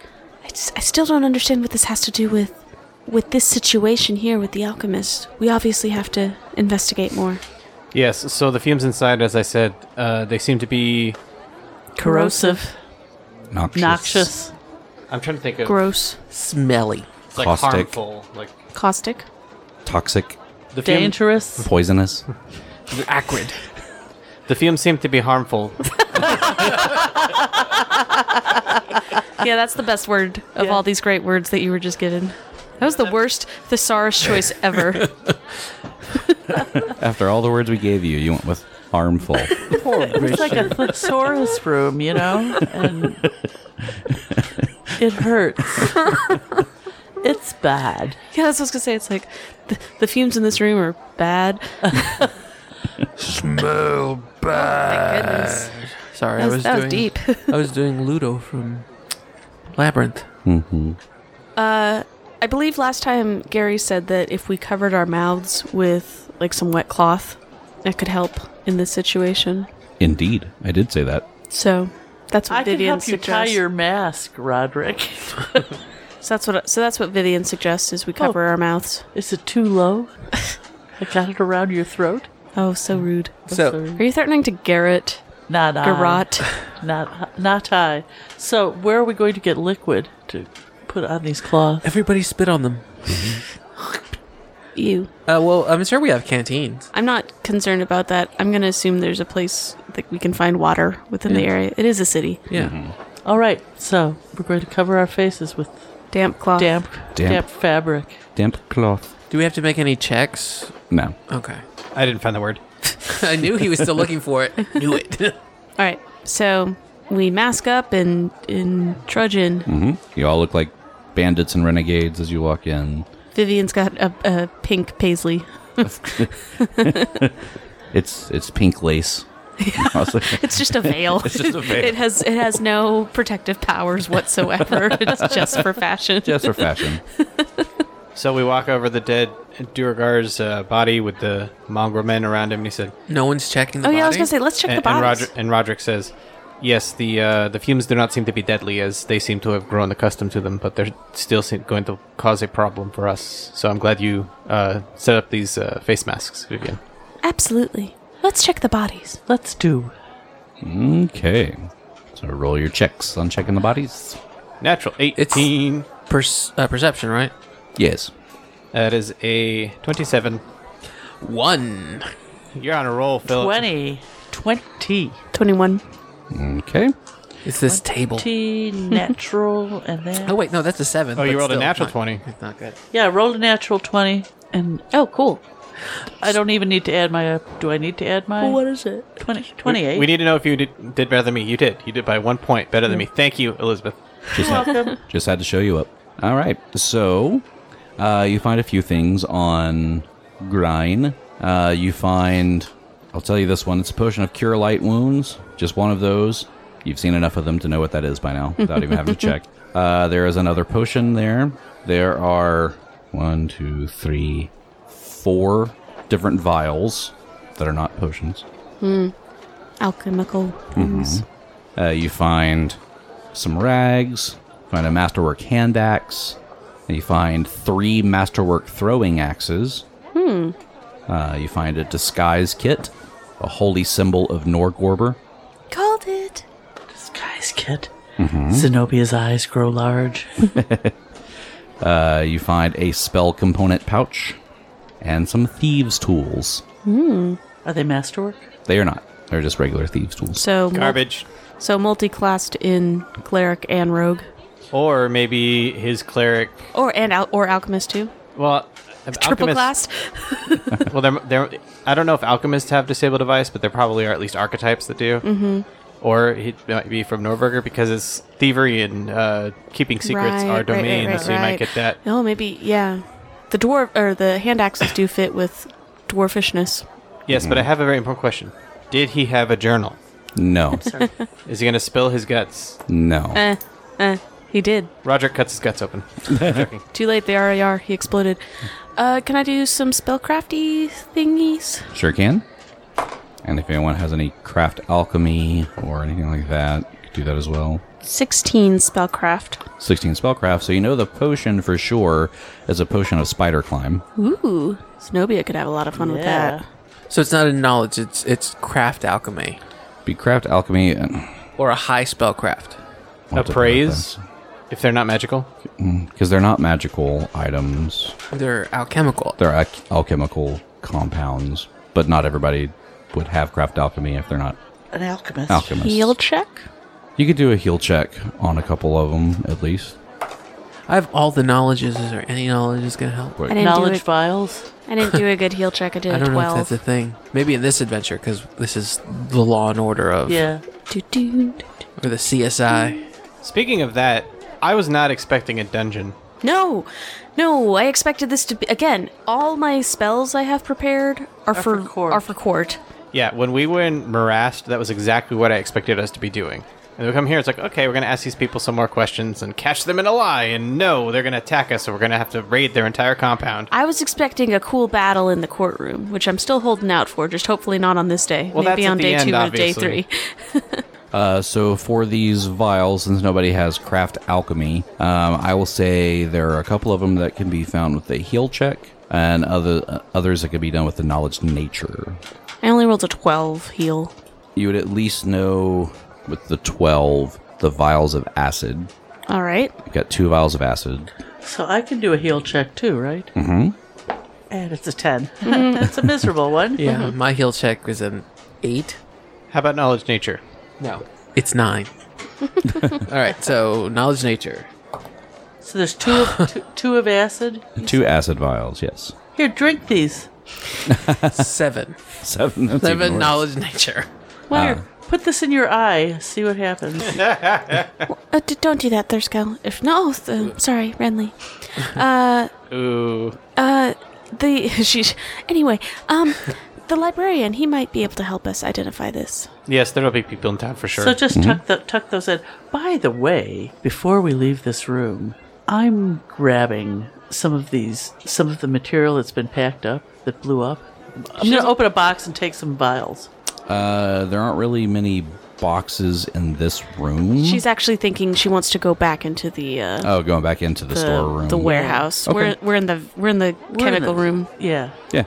[SPEAKER 2] I, s- I still don't understand what this has to do with with this situation here with the alchemist. We obviously have to investigate more.
[SPEAKER 5] Yes, so the fumes inside, as I said, uh, they seem to be.
[SPEAKER 4] Corrosive,
[SPEAKER 1] Noxious.
[SPEAKER 4] noxious.
[SPEAKER 5] I'm trying to think of.
[SPEAKER 2] Gross.
[SPEAKER 3] Smelly.
[SPEAKER 5] It's like
[SPEAKER 1] Caustic.
[SPEAKER 5] harmful. Like
[SPEAKER 2] Caustic.
[SPEAKER 1] Toxic.
[SPEAKER 5] the fume,
[SPEAKER 4] dangerous.
[SPEAKER 1] Poisonous.
[SPEAKER 3] Acrid.
[SPEAKER 5] The fumes seem to be harmful.
[SPEAKER 2] Yeah, that's the best word of
[SPEAKER 4] Yeah.
[SPEAKER 2] all these great words that you were just given. That was the worst thesaurus choice ever.
[SPEAKER 1] After all the words we gave you, you went with harmful.
[SPEAKER 4] It's like a thesaurus room, you know? And it hurts. it's bad.
[SPEAKER 2] yeah, that's what I was gonna say. It's like the, the fumes in this room are bad.
[SPEAKER 3] Smell
[SPEAKER 2] Oh, My
[SPEAKER 3] bad.
[SPEAKER 2] goodness,
[SPEAKER 3] Sorry,
[SPEAKER 2] that
[SPEAKER 3] I
[SPEAKER 2] was,
[SPEAKER 3] was
[SPEAKER 2] that was
[SPEAKER 3] doing
[SPEAKER 2] deep.
[SPEAKER 3] I was doing Ludo from Labyrinth.
[SPEAKER 1] mm-hmm.
[SPEAKER 2] Uh, I believe last time Gary said that if we covered our mouths with like some wet cloth, that could help in this situation.
[SPEAKER 1] Indeed. I did say that.
[SPEAKER 2] So that's what
[SPEAKER 4] I can
[SPEAKER 2] Vivian
[SPEAKER 4] help you
[SPEAKER 2] suggests.
[SPEAKER 4] tie your mask, Roderick.
[SPEAKER 2] So that's what so that's what Vivian suggests is we
[SPEAKER 4] Oh.
[SPEAKER 2] cover our mouths.
[SPEAKER 4] Is it too low? I got it around your throat.
[SPEAKER 2] Oh, so rude.
[SPEAKER 3] So,
[SPEAKER 2] Are you threatening to Garrett?
[SPEAKER 4] Not I.
[SPEAKER 2] Garrot?
[SPEAKER 4] Not, not I. So, where are we going to get liquid to put on these cloths?
[SPEAKER 3] everybody spit on them.
[SPEAKER 2] You.
[SPEAKER 3] Uh, well, I'm sure we have canteens.
[SPEAKER 2] I'm not concerned about that. I'm gonna assume there's a place that we can find water within the area. It is a city.
[SPEAKER 3] Yeah.
[SPEAKER 4] All right. So, we're going to cover our faces with
[SPEAKER 2] Damp cloth.
[SPEAKER 4] damp,
[SPEAKER 1] Damp.
[SPEAKER 4] damp, fabric.
[SPEAKER 1] Damp cloth.
[SPEAKER 3] Do we have to make any checks?
[SPEAKER 1] No.
[SPEAKER 3] Okay.
[SPEAKER 5] I didn't find the word.
[SPEAKER 3] I knew he was still looking for it. knew it.
[SPEAKER 2] All right. So we mask up and and trudge in.
[SPEAKER 1] Mm-hmm. You all look like bandits and renegades as you walk in.
[SPEAKER 2] Vivian's got a, a pink paisley.
[SPEAKER 1] It's it's pink lace. Also-
[SPEAKER 2] It's just a veil.
[SPEAKER 1] It's just a veil.
[SPEAKER 2] it has it has no protective powers whatsoever. it's just for fashion.
[SPEAKER 1] Just for fashion.
[SPEAKER 5] So we walk over the dead Duergar's uh, body with the mongrel men around him, and he said,
[SPEAKER 3] No one's checking the
[SPEAKER 2] oh
[SPEAKER 3] body.
[SPEAKER 2] yeah, I was gonna say let's check the
[SPEAKER 5] and, and,
[SPEAKER 2] bodies.
[SPEAKER 5] Roger, and Roderick says, yes, the uh, the fumes do not seem to be deadly, as they seem to have grown accustomed to them, but they're still seem- going to cause a problem for us. So I'm glad you uh, set up these uh, face masks, Vivian.
[SPEAKER 2] Absolutely. Let's check the bodies.
[SPEAKER 4] Let's do.
[SPEAKER 1] Okay. So roll your checks on checking the bodies.
[SPEAKER 5] Natural 18.
[SPEAKER 3] Perce- uh, perception, right?
[SPEAKER 1] Yes.
[SPEAKER 5] That is a 27.
[SPEAKER 3] One.
[SPEAKER 5] You're on a roll, Phil.
[SPEAKER 4] 20. 20.
[SPEAKER 2] Twenty-one.
[SPEAKER 1] Okay.
[SPEAKER 3] It's this table.
[SPEAKER 4] 20 natural, and then.
[SPEAKER 3] Oh wait, no, that's a seven.
[SPEAKER 5] Oh, you
[SPEAKER 3] but
[SPEAKER 5] rolled a
[SPEAKER 3] still,
[SPEAKER 5] natural
[SPEAKER 3] not-
[SPEAKER 5] 20.
[SPEAKER 3] It's not good.
[SPEAKER 4] Yeah, rolled a natural 20. And
[SPEAKER 2] Oh, cool.
[SPEAKER 4] I don't even need to add my. do I need to add my. What
[SPEAKER 2] is it?
[SPEAKER 4] 20,
[SPEAKER 5] We,
[SPEAKER 4] 28.
[SPEAKER 5] we need to know if you did, did better than me. You did. You did by one point better than me. Thank you, Elizabeth.
[SPEAKER 1] Just had, just had to show you up. All right. So, uh, you find a few things on Grine. Uh, you find, I'll tell you this one. It's a potion of cure light wounds. Just one of those. You've seen enough of them to know what that is by now, without even having to check. Uh, there is another potion there. There are one, two, three, four different vials that are not potions.
[SPEAKER 2] Alchemical. things.
[SPEAKER 1] Uh, you find some rags, find a masterwork hand axe, and you find three masterwork throwing axes. Hmm. Uh, you find a disguise kit, a holy symbol of Norgorber.
[SPEAKER 2] Called it.
[SPEAKER 4] This guy's kid.
[SPEAKER 5] Mm-hmm.
[SPEAKER 4] Zenobia's eyes grow large.
[SPEAKER 1] Uh, you find a spell component pouch, and some thieves' tools.
[SPEAKER 4] Are they masterwork?
[SPEAKER 1] They are not; they're just regular thieves' tools.
[SPEAKER 2] So mul-
[SPEAKER 5] Garbage.
[SPEAKER 2] so multi-classed in cleric and rogue,
[SPEAKER 5] Or maybe his cleric.
[SPEAKER 2] or and al- or alchemist too.
[SPEAKER 5] Well,
[SPEAKER 2] Triple
[SPEAKER 5] alchemists-
[SPEAKER 2] classed.
[SPEAKER 5] Well, they're, they're, I don't know if alchemists have disable device, but there probably are at least archetypes that do. Mm-hmm. Or it might be from Norberger because it's thievery and uh, keeping secrets
[SPEAKER 2] Right,
[SPEAKER 5] are
[SPEAKER 2] right, right,
[SPEAKER 5] domain,
[SPEAKER 2] right,
[SPEAKER 5] so you
[SPEAKER 2] right.
[SPEAKER 5] might get that.
[SPEAKER 2] Oh, maybe yeah. The dwarf or the hand axes do fit with dwarfishness.
[SPEAKER 5] Yes, but I have a very important question. Did he have a journal?
[SPEAKER 1] No,
[SPEAKER 5] Is he going to spill his guts?
[SPEAKER 1] no.
[SPEAKER 2] Eh, eh. He did.
[SPEAKER 5] Roger cuts his guts open. Joking.
[SPEAKER 2] Too late. They already are. He exploded. Uh, can I do some spellcrafty thingies?
[SPEAKER 1] Sure can. And if anyone has any craft alchemy or anything like that, you could do that as well.
[SPEAKER 2] Sixteen spellcraft.
[SPEAKER 1] 16 spellcraft, so you know the potion for sure is a potion of spider climb.
[SPEAKER 2] Ooh, Snobia could have a lot of fun with
[SPEAKER 4] Yeah.
[SPEAKER 2] that.
[SPEAKER 3] So it's not a knowledge. It's it's craft alchemy
[SPEAKER 1] Be craft alchemy and
[SPEAKER 3] or a high spellcraft.
[SPEAKER 5] Appraise if they're not magical.
[SPEAKER 1] because they're not magical items;
[SPEAKER 3] They're alchemical.
[SPEAKER 1] they're al- alchemical compounds. But not everybody would have craft alchemy if they're not
[SPEAKER 4] An alchemist.
[SPEAKER 1] alchemists.
[SPEAKER 2] Heal check?
[SPEAKER 1] You could do a heal check on a couple of them at least.
[SPEAKER 3] I have all the knowledges. Is there any knowledge that's gonna help?
[SPEAKER 2] I didn't, do
[SPEAKER 4] Knowledge
[SPEAKER 2] a,
[SPEAKER 4] files.
[SPEAKER 2] I didn't do a good heal check. I did
[SPEAKER 3] I
[SPEAKER 2] a
[SPEAKER 3] don't know if
[SPEAKER 2] 12.
[SPEAKER 3] that's a thing. Maybe in this adventure, because this is the Law and Order of
[SPEAKER 4] Yeah.
[SPEAKER 2] Do, do, do.
[SPEAKER 3] or the CSI.
[SPEAKER 5] Speaking of that, I was not expecting a dungeon.
[SPEAKER 2] No, no. I expected this to be again. All my spells I have prepared are,
[SPEAKER 4] for
[SPEAKER 2] for,
[SPEAKER 4] court.
[SPEAKER 2] are for court.
[SPEAKER 5] Yeah, when we were in Morast, that was exactly what I expected us to be doing. And we come here, it's like, okay, we're going to ask these people some more questions and catch them in a lie. And no, they're going to attack us, so we're going to have to raid their entire compound.
[SPEAKER 2] I was expecting a cool battle in the courtroom, which I'm still holding out for. Just hopefully not on this day.
[SPEAKER 5] Well,
[SPEAKER 2] Maybe
[SPEAKER 5] that's at
[SPEAKER 2] on
[SPEAKER 5] the
[SPEAKER 2] day
[SPEAKER 5] end,
[SPEAKER 2] two or
[SPEAKER 5] obviously.
[SPEAKER 2] day three.
[SPEAKER 1] Uh, so for these vials, since nobody has craft alchemy, um, I will say there are a couple of them that can be found with a heal check, and other uh, others that can be done with the knowledge nature.
[SPEAKER 2] I only rolled a twelve heal.
[SPEAKER 1] You would at least know with the twelve the vials of acid.
[SPEAKER 2] All right.
[SPEAKER 1] You've got two vials of acid.
[SPEAKER 4] So I can do a heal check too, right? Mm-hmm. And it's a ten. That's a miserable one.
[SPEAKER 3] Yeah, my heal check is an eight.
[SPEAKER 5] How about knowledge nature?
[SPEAKER 3] No, it's nine. all right, so knowledge nature.
[SPEAKER 4] So there's two of two, two of acid.
[SPEAKER 1] Two acid vials, yes.
[SPEAKER 4] Here, drink these.
[SPEAKER 3] Seven.
[SPEAKER 1] Seven. that's even
[SPEAKER 3] Seven
[SPEAKER 1] worse.
[SPEAKER 3] knowledge nature.
[SPEAKER 1] Ah.
[SPEAKER 4] Here, put this in your eye. See what happens.
[SPEAKER 2] Uh, d- don't do that, Thursko. If no, oh, th- sorry, Renly. Uh,
[SPEAKER 5] Ooh.
[SPEAKER 2] The she. Anyway, um, the librarian he might be able to help us identify this.
[SPEAKER 5] Yes, there'll be people in town for sure.
[SPEAKER 4] So just
[SPEAKER 1] Mm-hmm.
[SPEAKER 4] tuck the, tuck those in. By the way, before we leave this room, I'm grabbing some of these some of the material that's been packed up that blew up. I'm gonna open a box and take some vials.
[SPEAKER 1] Uh, there aren't really many boxes in this room.
[SPEAKER 2] She's actually thinking she wants to go back into the uh,
[SPEAKER 1] oh, going back into the,
[SPEAKER 2] the,
[SPEAKER 1] storeroom.
[SPEAKER 2] the warehouse.
[SPEAKER 1] Okay.
[SPEAKER 2] We're we're in the we're in the
[SPEAKER 4] in
[SPEAKER 2] chemical
[SPEAKER 4] the-
[SPEAKER 2] room.
[SPEAKER 4] Yeah.
[SPEAKER 1] Yeah.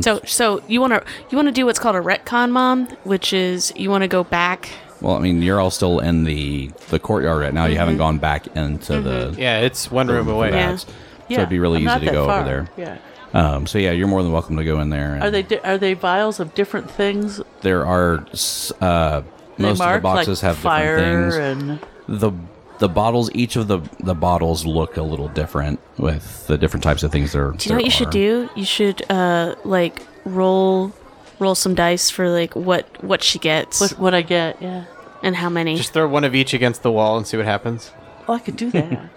[SPEAKER 2] So so you want to you want to do what's called a retcon, mom, which is you want to go back.
[SPEAKER 1] Well, I mean, you're all still in the the courtyard right now. You
[SPEAKER 4] Mm-hmm.
[SPEAKER 1] haven't gone back into the
[SPEAKER 5] yeah, it's one room away.
[SPEAKER 2] Yeah.
[SPEAKER 1] paths. So it'd be really
[SPEAKER 4] I'm not
[SPEAKER 1] easy to
[SPEAKER 4] that
[SPEAKER 1] go
[SPEAKER 4] far.
[SPEAKER 1] over there.
[SPEAKER 4] Yeah.
[SPEAKER 1] Um, so yeah, you're more than welcome to go in there. and
[SPEAKER 4] Are they di- are they vials of different things? Are
[SPEAKER 1] There are s- uh,
[SPEAKER 4] they
[SPEAKER 1] most of the
[SPEAKER 4] marked, like
[SPEAKER 1] boxes have
[SPEAKER 4] fire
[SPEAKER 1] different things.
[SPEAKER 4] and
[SPEAKER 1] The the bottles, each of the the bottles look a little different with the different types of things there.
[SPEAKER 2] Do you know what you should do? You should uh like roll roll some dice for like what what she gets
[SPEAKER 4] what what I get. Yeah.
[SPEAKER 2] and how many.
[SPEAKER 5] Just throw one of each against the wall and see what happens.
[SPEAKER 4] Oh, I could do that.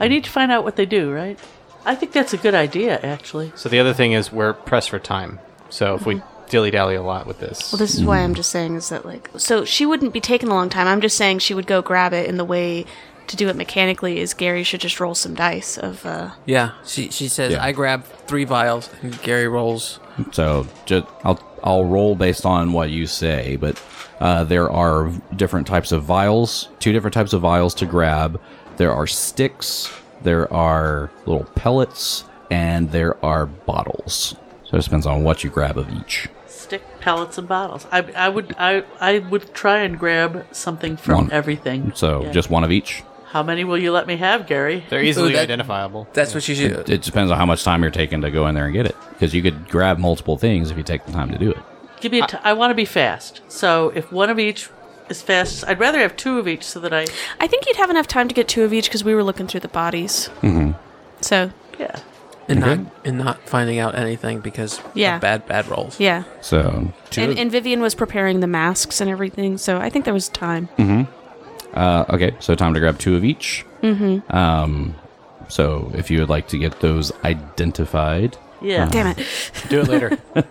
[SPEAKER 4] I need to find out what they do. Right. I think that's a good idea, actually.
[SPEAKER 5] So the other thing is we're pressed for time. So if we dilly dally a lot with this,
[SPEAKER 2] Mm-hmm. Well, this is why I'm just saying is that like so she wouldn't be taking a long time. I'm just saying she would go grab it, and the way to do it mechanically is Gary should just roll some dice of uh
[SPEAKER 3] Yeah, she she says
[SPEAKER 1] Yeah.
[SPEAKER 3] I grab three vials and Gary rolls.
[SPEAKER 1] So just I'll I'll roll based on what you say, but uh, there are different types of vials, two different types of vials to grab. There are sticks, there are little pellets, and there are bottles. So it depends on what you grab of each.
[SPEAKER 4] Stick pellets and bottles. I, I would I, I would try and grab something from
[SPEAKER 1] One.
[SPEAKER 4] everything.
[SPEAKER 1] So
[SPEAKER 4] Yeah.
[SPEAKER 1] just one of each.
[SPEAKER 4] how many will you let me have, Gary?
[SPEAKER 5] they're easily
[SPEAKER 3] Ooh, that-
[SPEAKER 5] identifiable.
[SPEAKER 3] That's what she should.
[SPEAKER 1] It depends on how much time you're taking to go in there and get it, because you could grab multiple things if you take the time to do it.
[SPEAKER 4] Give me. A t- I want to be fast. So if one of each is fast, I'd rather have two of each so that I
[SPEAKER 2] I think you'd have enough time to get two of each because we were looking through the bodies. Mm-hmm. So
[SPEAKER 4] yeah.
[SPEAKER 3] and not and not finding out anything because
[SPEAKER 2] Yeah.
[SPEAKER 3] of bad bad rolls.
[SPEAKER 2] yeah,
[SPEAKER 1] So two
[SPEAKER 2] and,
[SPEAKER 1] of-
[SPEAKER 2] and Vivian was preparing the masks and everything, so I think there was time.
[SPEAKER 1] Uh, okay, so time to grab two of each. Mm-hmm. Um, so if you would like to get those identified,
[SPEAKER 4] Yeah.
[SPEAKER 2] Damn it!
[SPEAKER 5] Do it later.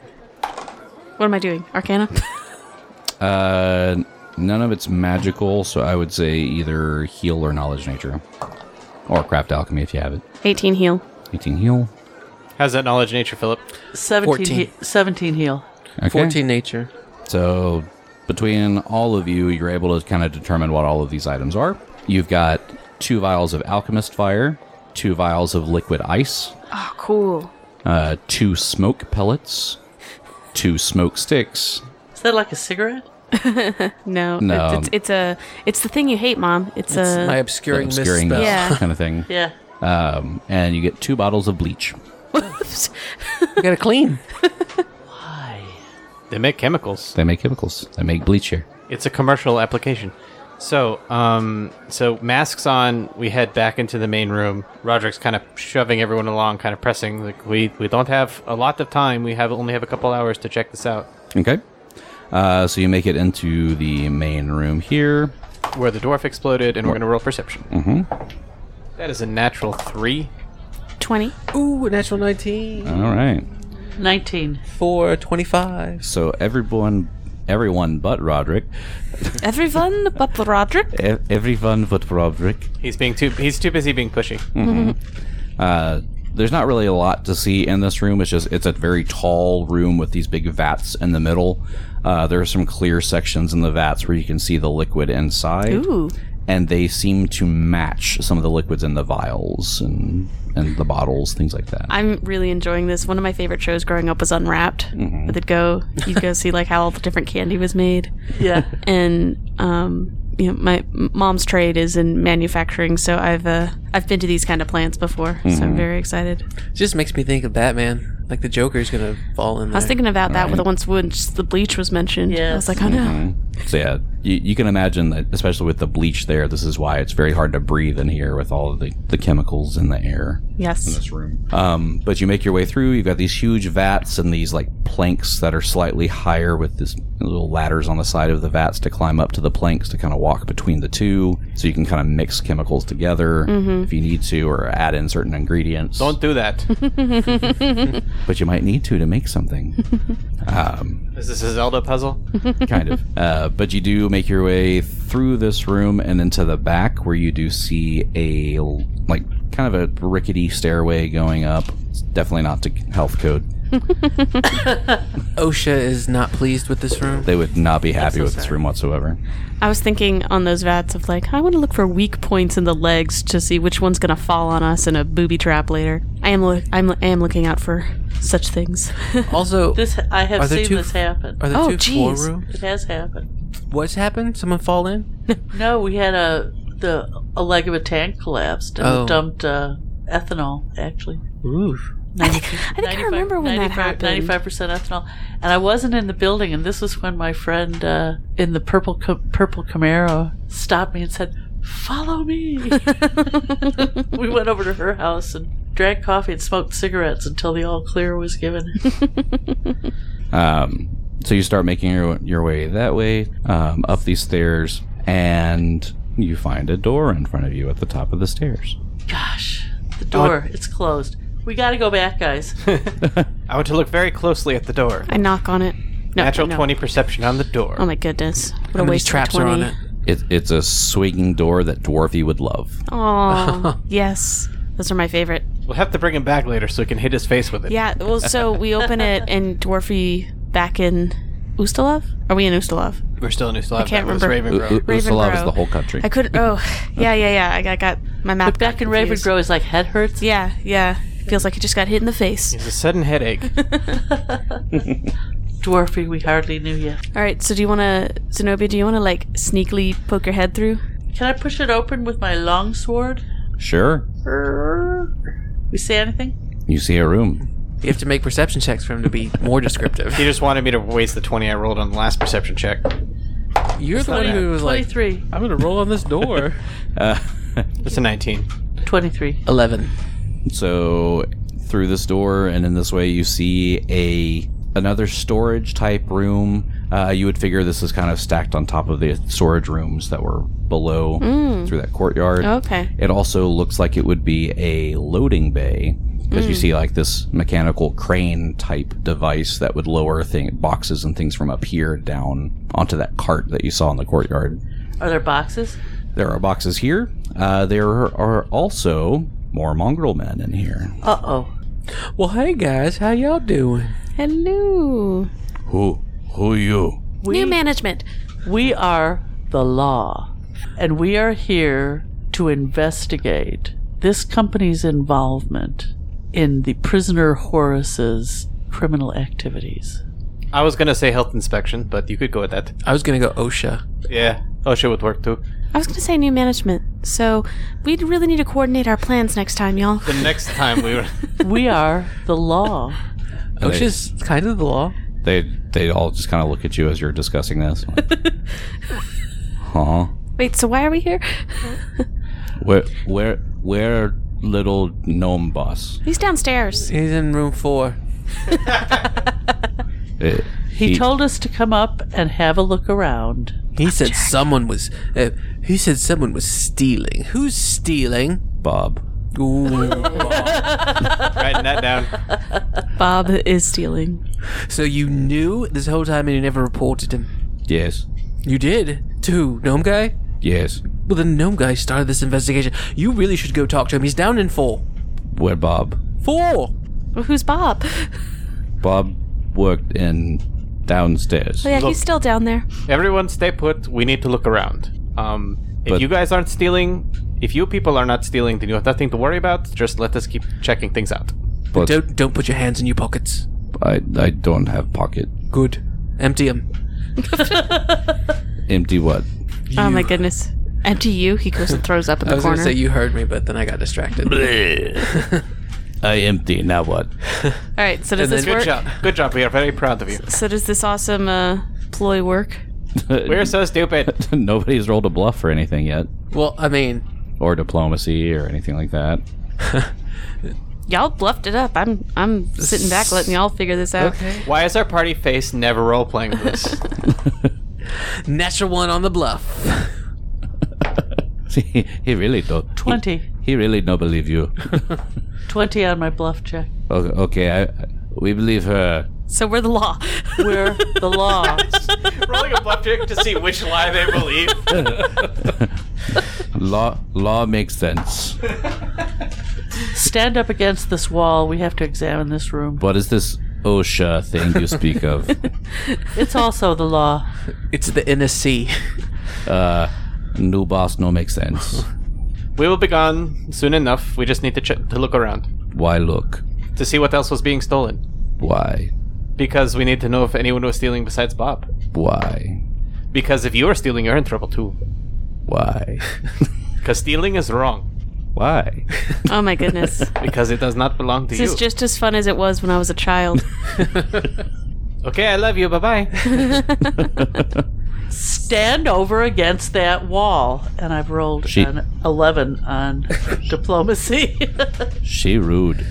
[SPEAKER 2] What am I doing? Arcana.
[SPEAKER 1] uh, none of it's magical, so I would say either heal or knowledge nature, or craft alchemy if you have it.
[SPEAKER 2] 18 heal.
[SPEAKER 1] Eighteen heal.
[SPEAKER 5] How's that knowledge nature, Philip?
[SPEAKER 4] 17,
[SPEAKER 3] 14.
[SPEAKER 4] he- 17 heal.
[SPEAKER 1] Okay.
[SPEAKER 3] Fourteen nature.
[SPEAKER 1] So between all of you, you're able to kind of determine what all of these items are. You've got two vials of alchemist fire, two vials of liquid ice,
[SPEAKER 2] Oh, cool.
[SPEAKER 1] uh, two smoke pellets, two smoke sticks.
[SPEAKER 4] Is that like a cigarette?
[SPEAKER 2] No,
[SPEAKER 1] No.
[SPEAKER 2] It's, it's, it's a it's the thing you hate, mom. It's,
[SPEAKER 3] It's
[SPEAKER 2] a
[SPEAKER 3] my obscuring,
[SPEAKER 1] obscuring
[SPEAKER 3] misspell.
[SPEAKER 1] mist
[SPEAKER 2] Uh, Yeah.
[SPEAKER 1] kind of thing.
[SPEAKER 4] Yeah.
[SPEAKER 1] Um, and you get two bottles of bleach.
[SPEAKER 3] You gotta clean.
[SPEAKER 4] Why?
[SPEAKER 5] They make chemicals.
[SPEAKER 1] They make chemicals. They make bleach here.
[SPEAKER 5] It's a commercial application. So, um, so masks on, we head back into the main room. Roderick's kind of shoving everyone along, kind of pressing, like, we, we don't have a lot of time. We have only have a couple hours to check this out.
[SPEAKER 1] Okay. Uh, so you make it into the main room here.
[SPEAKER 5] Where the dwarf exploded, and we're going to roll perception. Mm-hmm. is a natural three.
[SPEAKER 2] twenty.
[SPEAKER 3] Ooh, a natural 19
[SPEAKER 1] All right.
[SPEAKER 4] 19.
[SPEAKER 3] for 25.
[SPEAKER 1] So everyone, everyone but Roderick,
[SPEAKER 2] Everyone but Roderick.
[SPEAKER 1] e- everyone but Roderick.
[SPEAKER 5] He's being too, he's too busy being pushy.
[SPEAKER 1] Uh, there's not really a lot to see in this room. It's just it's a very tall room with these big vats in the middle. Uh, there are some clear sections in the vats where you can see the liquid inside,
[SPEAKER 2] Ooh.
[SPEAKER 1] and they seem to match some of the liquids in the vials and and the bottles, things like that.
[SPEAKER 2] I'm really enjoying this. One of my favorite shows growing up was Unwrapped. Where they'd go, you'd go see like how all the different candy was made,
[SPEAKER 4] Yeah.
[SPEAKER 2] and um, you know, my m- mom's trade is in manufacturing, so I've uh, I've been to these kind of plants before, so I'm very excited.
[SPEAKER 3] Just makes me think of Batman. Like the Joker's gonna fall in there.
[SPEAKER 2] I was thinking about that with the once once the bleach was mentioned. I was
[SPEAKER 4] Yes.
[SPEAKER 2] like, oh no,
[SPEAKER 1] So yeah, you, you can imagine that, especially with the bleach there. This is why it's very hard to breathe in here with all of the, the chemicals in the air.
[SPEAKER 2] yes,
[SPEAKER 1] this room. Um, but you make your way through. You've got these huge vats and these like planks that are slightly higher with this little ladders on the side of the vats to climb up to the planks to kind of walk between the two, so you can kind of mix chemicals together if you need to, or add in certain ingredients.
[SPEAKER 5] Don't do that.
[SPEAKER 1] But you might need to to make something.
[SPEAKER 5] is this a Zelda puzzle?
[SPEAKER 1] kind of. Uh, but you do make your way through this room and into the back, where you do see a l- like kind of a rickety stairway going up. It's definitely not to health code.
[SPEAKER 3] OSHA is not pleased with this room.
[SPEAKER 1] They would not be happy with this room whatsoever.
[SPEAKER 2] I was thinking on those vats of like, I want to look for weak points in the legs to see which one's gonna fall on us in a booby trap later. I am lo- I'm I am looking out for such things.
[SPEAKER 3] Also,
[SPEAKER 4] This I have
[SPEAKER 3] Are there
[SPEAKER 4] seen
[SPEAKER 3] two-
[SPEAKER 4] this happen.
[SPEAKER 3] are there
[SPEAKER 2] Oh,
[SPEAKER 3] two floor
[SPEAKER 2] jeez.
[SPEAKER 3] rooms?
[SPEAKER 4] It has happened.
[SPEAKER 3] What's happened? Someone fall in?
[SPEAKER 4] No, we had a the a leg of a tank collapsed and
[SPEAKER 3] Oh.
[SPEAKER 4] it dumped uh, ethanol actually.
[SPEAKER 3] Ooh.
[SPEAKER 2] I think I think I
[SPEAKER 4] 95
[SPEAKER 2] remember when that
[SPEAKER 4] 95
[SPEAKER 2] happened.
[SPEAKER 4] Ninety-five percent ethanol, and I wasn't in the building. And this was when my friend uh, in the purple co- purple Camaro stopped me and said, "Follow me." we went over to her house and drank coffee and smoked cigarettes until the all clear was given.
[SPEAKER 1] Um, so you start making your, your way that way um, up these stairs, and you find a door in front of you at the top of the stairs.
[SPEAKER 4] Gosh, the door it's closed. We got to go back, guys.
[SPEAKER 5] I want to look very closely at the door.
[SPEAKER 2] I knock on it. No,
[SPEAKER 5] Natural
[SPEAKER 2] no.
[SPEAKER 5] 20 perception on the door.
[SPEAKER 2] Oh my goodness! What
[SPEAKER 3] How
[SPEAKER 2] a
[SPEAKER 3] many
[SPEAKER 2] waste
[SPEAKER 3] traps
[SPEAKER 2] of
[SPEAKER 3] are
[SPEAKER 2] twenty.
[SPEAKER 3] on it?
[SPEAKER 1] It, it's a swinging door that Dwarfy would love.
[SPEAKER 2] Oh, Aw, yes, those are my favorite.
[SPEAKER 5] We'll have to bring him back later so we can hit his face with it.
[SPEAKER 2] Yeah. Well, so we open it and Dwarfy back in Ustalov. Are we in Ustalov?
[SPEAKER 5] We're still in New Slavia.
[SPEAKER 2] can't remember.
[SPEAKER 1] U- U-
[SPEAKER 5] Ravengrove.
[SPEAKER 1] Ustalav is
[SPEAKER 2] Ravenbrow.
[SPEAKER 1] the whole country.
[SPEAKER 2] I couldn't. Oh, yeah, yeah, yeah. I got, I got my map.
[SPEAKER 4] But back in Ravengrow is like head hurts.
[SPEAKER 2] Yeah, yeah. Feels like it just got hit in the face.
[SPEAKER 5] It's a sudden headache.
[SPEAKER 4] Dwarfy, we hardly knew you.
[SPEAKER 2] All right. So do you want to, Zenobia? Do you want to like sneakily poke your head through?
[SPEAKER 4] Can I push it open with my long sword?
[SPEAKER 1] Sure.
[SPEAKER 4] We see anything?
[SPEAKER 1] You see a room.
[SPEAKER 3] You have to make perception checks for him to be more descriptive.
[SPEAKER 5] He just wanted me to waste the 20 I rolled on the last perception check.
[SPEAKER 3] You're the one who was like,
[SPEAKER 4] Twenty-three.
[SPEAKER 3] I'm gonna roll on this door.
[SPEAKER 5] It's a 19.
[SPEAKER 4] 23.
[SPEAKER 3] 11.
[SPEAKER 1] So through this door and in this way, you see a another storage type room. Uh, you would figure this is kind of stacked on top of the storage rooms that were below through that courtyard.
[SPEAKER 2] Okay.
[SPEAKER 1] It also looks like it would be a loading bay because you see like this mechanical crane type device that would lower thing boxes and things from up here down onto that cart that you saw in the courtyard.
[SPEAKER 4] Are there boxes?
[SPEAKER 1] There are boxes here. Uh, there are also more mongrel men in here.
[SPEAKER 4] Uh oh.
[SPEAKER 3] Well, hey guys, how y'all doing?
[SPEAKER 2] Hello.
[SPEAKER 1] Who? Who you?
[SPEAKER 4] We,
[SPEAKER 2] New management.
[SPEAKER 4] we are the law, and we are here to investigate this company's involvement in the prisoner Horace's criminal activities.
[SPEAKER 5] I was gonna say health inspection, but you could go with that.
[SPEAKER 3] I was gonna go OSHA.
[SPEAKER 5] Yeah, OSHA would work too.
[SPEAKER 2] I was going to say new management. So we really need to coordinate our plans next time, y'all.
[SPEAKER 5] The next time we were,
[SPEAKER 4] We are the law.
[SPEAKER 1] And they-
[SPEAKER 3] OSHA's kind of the law.
[SPEAKER 1] They they all just kind of look at you as you're discussing this. Like, huh?
[SPEAKER 2] Wait, so why are we here?
[SPEAKER 1] Where where where little gnome boss?
[SPEAKER 2] He's downstairs.
[SPEAKER 3] He's in room four.
[SPEAKER 1] Eh,
[SPEAKER 4] He told us to come up and have a look around.
[SPEAKER 3] He said someone was. Uh, he said someone was stealing. Who's stealing?
[SPEAKER 1] Bob.
[SPEAKER 3] Ooh.
[SPEAKER 5] writing that down.
[SPEAKER 2] Bob is stealing.
[SPEAKER 3] so you knew this whole time and you never reported him.
[SPEAKER 1] Yes.
[SPEAKER 3] You did too, gnome guy.
[SPEAKER 1] Yes.
[SPEAKER 3] Well, the gnome guy started this investigation. You really should go talk to him. He's down in four.
[SPEAKER 1] Where Bob?
[SPEAKER 3] Four.
[SPEAKER 2] Well, who's Bob? Oh,
[SPEAKER 1] Bob worked in downstairs.
[SPEAKER 2] Oh, yeah,
[SPEAKER 5] Look.
[SPEAKER 2] he's still down there.
[SPEAKER 5] Everyone, stay put. We need to look around. Um, if
[SPEAKER 1] But-
[SPEAKER 5] you guys aren't stealing, if you people are not stealing, then you have nothing to worry about. Just let us keep checking things out.
[SPEAKER 1] But
[SPEAKER 3] Don't don't put your hands in your pockets.
[SPEAKER 1] I I don't have pocket.
[SPEAKER 3] Good. Empty them.
[SPEAKER 1] Empty what?
[SPEAKER 2] Oh my goodness. Empty you. He goes and throws up in
[SPEAKER 3] I
[SPEAKER 2] the
[SPEAKER 3] was gonna
[SPEAKER 2] corner.
[SPEAKER 3] say you heard me, but then I got distracted.
[SPEAKER 1] I empty. Now what?
[SPEAKER 2] All right. So does
[SPEAKER 3] then-
[SPEAKER 2] this
[SPEAKER 5] Good
[SPEAKER 2] work?
[SPEAKER 5] job. Good job. We are very proud of you.
[SPEAKER 2] So does this awesome uh, ploy work?
[SPEAKER 5] We're so stupid.
[SPEAKER 1] Nobody's rolled a bluff or anything yet,
[SPEAKER 3] well, I mean,
[SPEAKER 1] or diplomacy or anything like that.
[SPEAKER 2] Y'all bluffed it up. I'm I'm sitting back letting y'all figure this out.
[SPEAKER 5] Why is our party face never role playing this?
[SPEAKER 3] natural one on the bluff.
[SPEAKER 1] he, he really don't. He,
[SPEAKER 4] 20.
[SPEAKER 1] he really don't believe you.
[SPEAKER 4] 20 on my bluff check.
[SPEAKER 1] okay, okay I, we believe her.
[SPEAKER 2] So we're the law.
[SPEAKER 4] We're the law.
[SPEAKER 5] Rolling a bluff check to see which lie they believe.
[SPEAKER 1] Law law makes sense.
[SPEAKER 4] Stand up against this wall. We have to examine this room.
[SPEAKER 1] What is this OSHA thing you speak of?
[SPEAKER 4] It's also the law.
[SPEAKER 3] It's the NSC.
[SPEAKER 1] Uh, new boss, no make sense.
[SPEAKER 5] We will be gone soon enough. We just need to ch- to look around
[SPEAKER 1] Why look?
[SPEAKER 5] to see what else was being stolen.
[SPEAKER 1] Why?
[SPEAKER 5] Because we need to know if anyone was stealing besides Bob.
[SPEAKER 1] Why?
[SPEAKER 5] Because if you are stealing, you're in trouble too.
[SPEAKER 1] Why?
[SPEAKER 5] Because stealing is wrong.
[SPEAKER 1] Why?
[SPEAKER 2] oh my goodness.
[SPEAKER 5] Because it does not belong to
[SPEAKER 2] This
[SPEAKER 5] you.
[SPEAKER 2] is just as fun as it was when I was a child.
[SPEAKER 5] okay, I love you. Bye bye.
[SPEAKER 4] Stand over against that wall. And I've rolled
[SPEAKER 1] She-
[SPEAKER 4] an 11 on diplomacy.
[SPEAKER 1] She rude.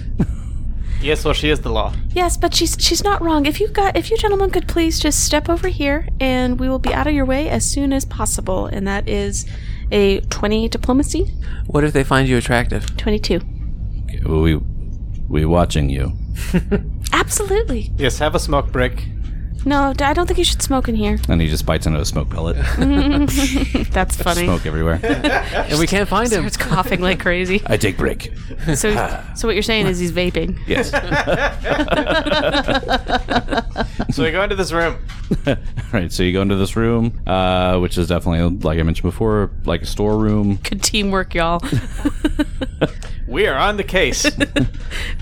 [SPEAKER 5] yes, well, she is the law.
[SPEAKER 2] yes, but she's she's not wrong. If you got if you gentlemen could please just step over here and we will be out of your way as soon as possible. And that is a twenty diplomacy.
[SPEAKER 3] What if they find you attractive?
[SPEAKER 2] Twenty two.
[SPEAKER 1] We we watching you.
[SPEAKER 2] Absolutely.
[SPEAKER 5] Yes, have a smoke break.
[SPEAKER 2] No, I don't think you should smoke in here.
[SPEAKER 1] And he just bites into a smoke pellet.
[SPEAKER 2] That's funny.
[SPEAKER 1] smoke everywhere.
[SPEAKER 3] And we can't find him.
[SPEAKER 2] Starts coughing like crazy.
[SPEAKER 1] I take break.
[SPEAKER 2] So, so what you're saying is he's vaping.
[SPEAKER 1] Yes.
[SPEAKER 5] So we go into this room.
[SPEAKER 1] right. So you go into this room, uh, which is definitely like I mentioned before, like a storeroom.
[SPEAKER 2] Good teamwork, y'all.
[SPEAKER 5] We are on the case.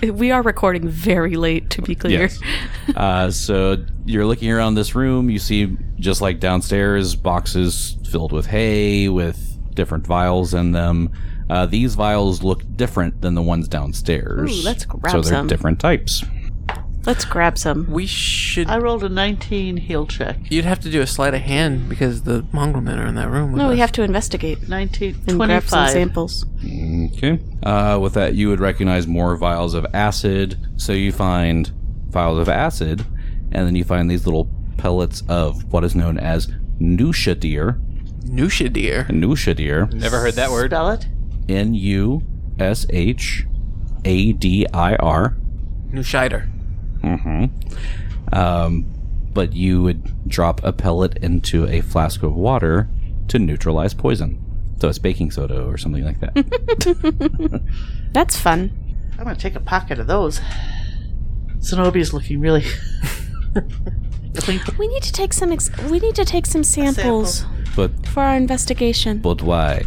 [SPEAKER 2] we are recording very late, to be clear.
[SPEAKER 1] Yes. Uh, so you're looking around this room. You see, just like downstairs, boxes filled with hay with different vials in them. Uh, these vials look different than the ones downstairs.
[SPEAKER 2] Ooh, let's grab
[SPEAKER 1] so they're
[SPEAKER 2] some.
[SPEAKER 1] different types.
[SPEAKER 2] Let's grab some.
[SPEAKER 3] We should.
[SPEAKER 4] I rolled a 19 heel check.
[SPEAKER 3] You'd have to do a sleight of hand because the mongrel men are in that room. With
[SPEAKER 2] No, we
[SPEAKER 3] us.
[SPEAKER 2] have to investigate
[SPEAKER 4] 19,
[SPEAKER 2] and grab some
[SPEAKER 4] 25.
[SPEAKER 2] samples.
[SPEAKER 1] Okay. Uh, with that, you would recognize more vials of acid. So you find vials of acid, and then you find these little pellets of what is known as Nusha deer.
[SPEAKER 3] Nusha deer.
[SPEAKER 1] Nusha deer.
[SPEAKER 5] Never heard that word.
[SPEAKER 4] Spell it.
[SPEAKER 1] N U S H A D I R.
[SPEAKER 3] Nushider.
[SPEAKER 1] Um, but you would drop a pellet into a flask of water to neutralize poison. So it's baking soda or something like that.
[SPEAKER 2] That's fun.
[SPEAKER 4] I'm going to take a pocket of those. Zenobia's looking really.
[SPEAKER 2] We need to take some. Ex- we need to take some samples
[SPEAKER 1] but
[SPEAKER 2] for our investigation.
[SPEAKER 1] but why?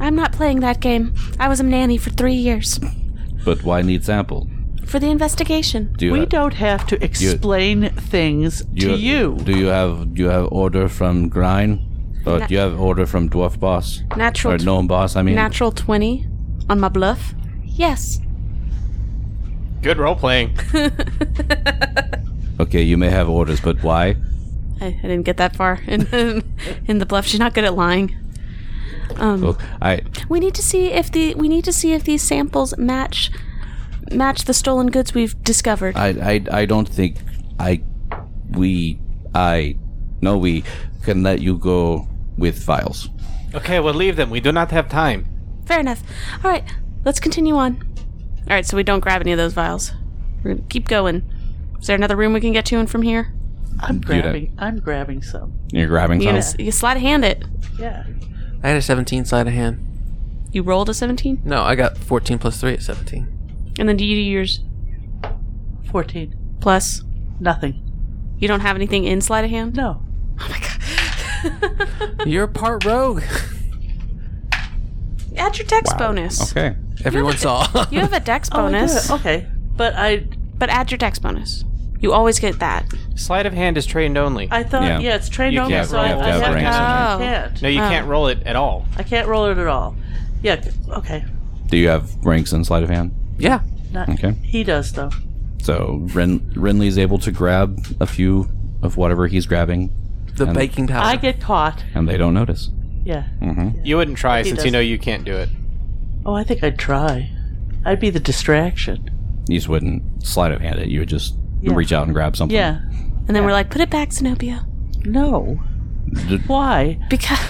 [SPEAKER 2] I'm not playing that game. I was a nanny for three years.
[SPEAKER 1] But why need sample?
[SPEAKER 2] For the investigation.
[SPEAKER 1] Do you
[SPEAKER 4] we
[SPEAKER 1] have,
[SPEAKER 4] don't have to explain things to you.
[SPEAKER 1] Do you have do you have order from Grine? Or
[SPEAKER 2] Na-
[SPEAKER 1] do you have order from Dwarf Boss?
[SPEAKER 2] Natural
[SPEAKER 1] Or
[SPEAKER 2] tw-
[SPEAKER 1] Gnome Boss, I mean.
[SPEAKER 2] Natural 20 on my bluff? Yes.
[SPEAKER 5] Good role playing.
[SPEAKER 1] okay, you may have orders, but why?
[SPEAKER 2] I, I didn't get that far in, in the bluff. She's not good at lying.
[SPEAKER 4] Um.
[SPEAKER 1] Well, I
[SPEAKER 2] We need to see if the we need to see if these samples match match the stolen goods we've discovered.
[SPEAKER 1] I, I, I don't think I, we, I, no, we can let you go with files.
[SPEAKER 5] Okay, we'll leave them. We do not have time.
[SPEAKER 2] Fair enough. All right, let's continue on. All right, so we don't grab any of those vials. We're gonna keep going. Is there another room we can get to in from here?
[SPEAKER 4] I'm
[SPEAKER 1] don't.
[SPEAKER 4] grabbing. I'm grabbing some.
[SPEAKER 1] You're grabbing
[SPEAKER 2] You gonna
[SPEAKER 1] files.
[SPEAKER 2] s- you slide a hand it.
[SPEAKER 4] Yeah.
[SPEAKER 3] I had a 17 sleight of hand.
[SPEAKER 2] You rolled a seventeen,
[SPEAKER 3] No, I got 14 plus 3 at 17.
[SPEAKER 2] and then do you do yours?
[SPEAKER 4] Fourteen.
[SPEAKER 2] Plus,
[SPEAKER 4] Nothing.
[SPEAKER 2] you don't have anything in slide a hand. Oh
[SPEAKER 4] No.
[SPEAKER 3] You're part rogue.
[SPEAKER 2] Add your dex bonus.
[SPEAKER 1] Okay.
[SPEAKER 3] Everyone saw.
[SPEAKER 2] You have a dex bonus,
[SPEAKER 4] Oh, I did it. okay. But I,
[SPEAKER 2] but add your dex bonus. You always get that.
[SPEAKER 5] Sleight of hand is trained only.
[SPEAKER 4] I thought
[SPEAKER 1] Yeah.
[SPEAKER 4] yeah, it's trained
[SPEAKER 5] You
[SPEAKER 4] only,
[SPEAKER 5] can't
[SPEAKER 4] so
[SPEAKER 5] roll
[SPEAKER 4] I,
[SPEAKER 5] it
[SPEAKER 4] I
[SPEAKER 5] without
[SPEAKER 4] have to-
[SPEAKER 5] range,
[SPEAKER 2] isn't it?
[SPEAKER 4] can't.
[SPEAKER 5] no, you can't roll it at all.
[SPEAKER 4] I can't roll it at all. Yeah. Okay.
[SPEAKER 1] Do you have ranks in sleight of hand?
[SPEAKER 3] yeah.
[SPEAKER 4] Not,
[SPEAKER 1] Okay.
[SPEAKER 4] He does though.
[SPEAKER 1] So Ren, Renly's able to grab a few of whatever he's grabbing,
[SPEAKER 3] The
[SPEAKER 1] And-
[SPEAKER 3] baking powder.
[SPEAKER 4] I get caught.
[SPEAKER 1] and they don't notice.
[SPEAKER 4] Yeah.
[SPEAKER 5] You wouldn't try
[SPEAKER 4] He
[SPEAKER 5] since you
[SPEAKER 4] does.
[SPEAKER 5] know you can't do it.
[SPEAKER 4] Oh, I think I'd try. I'd be the distraction.
[SPEAKER 1] You just wouldn't sleight of hand it. You would just
[SPEAKER 4] Yeah.
[SPEAKER 1] reach out and grab something.
[SPEAKER 4] Yeah.
[SPEAKER 2] And then we're like, put it back, Zenobia.
[SPEAKER 4] No.
[SPEAKER 1] Did-
[SPEAKER 4] Why?
[SPEAKER 2] Because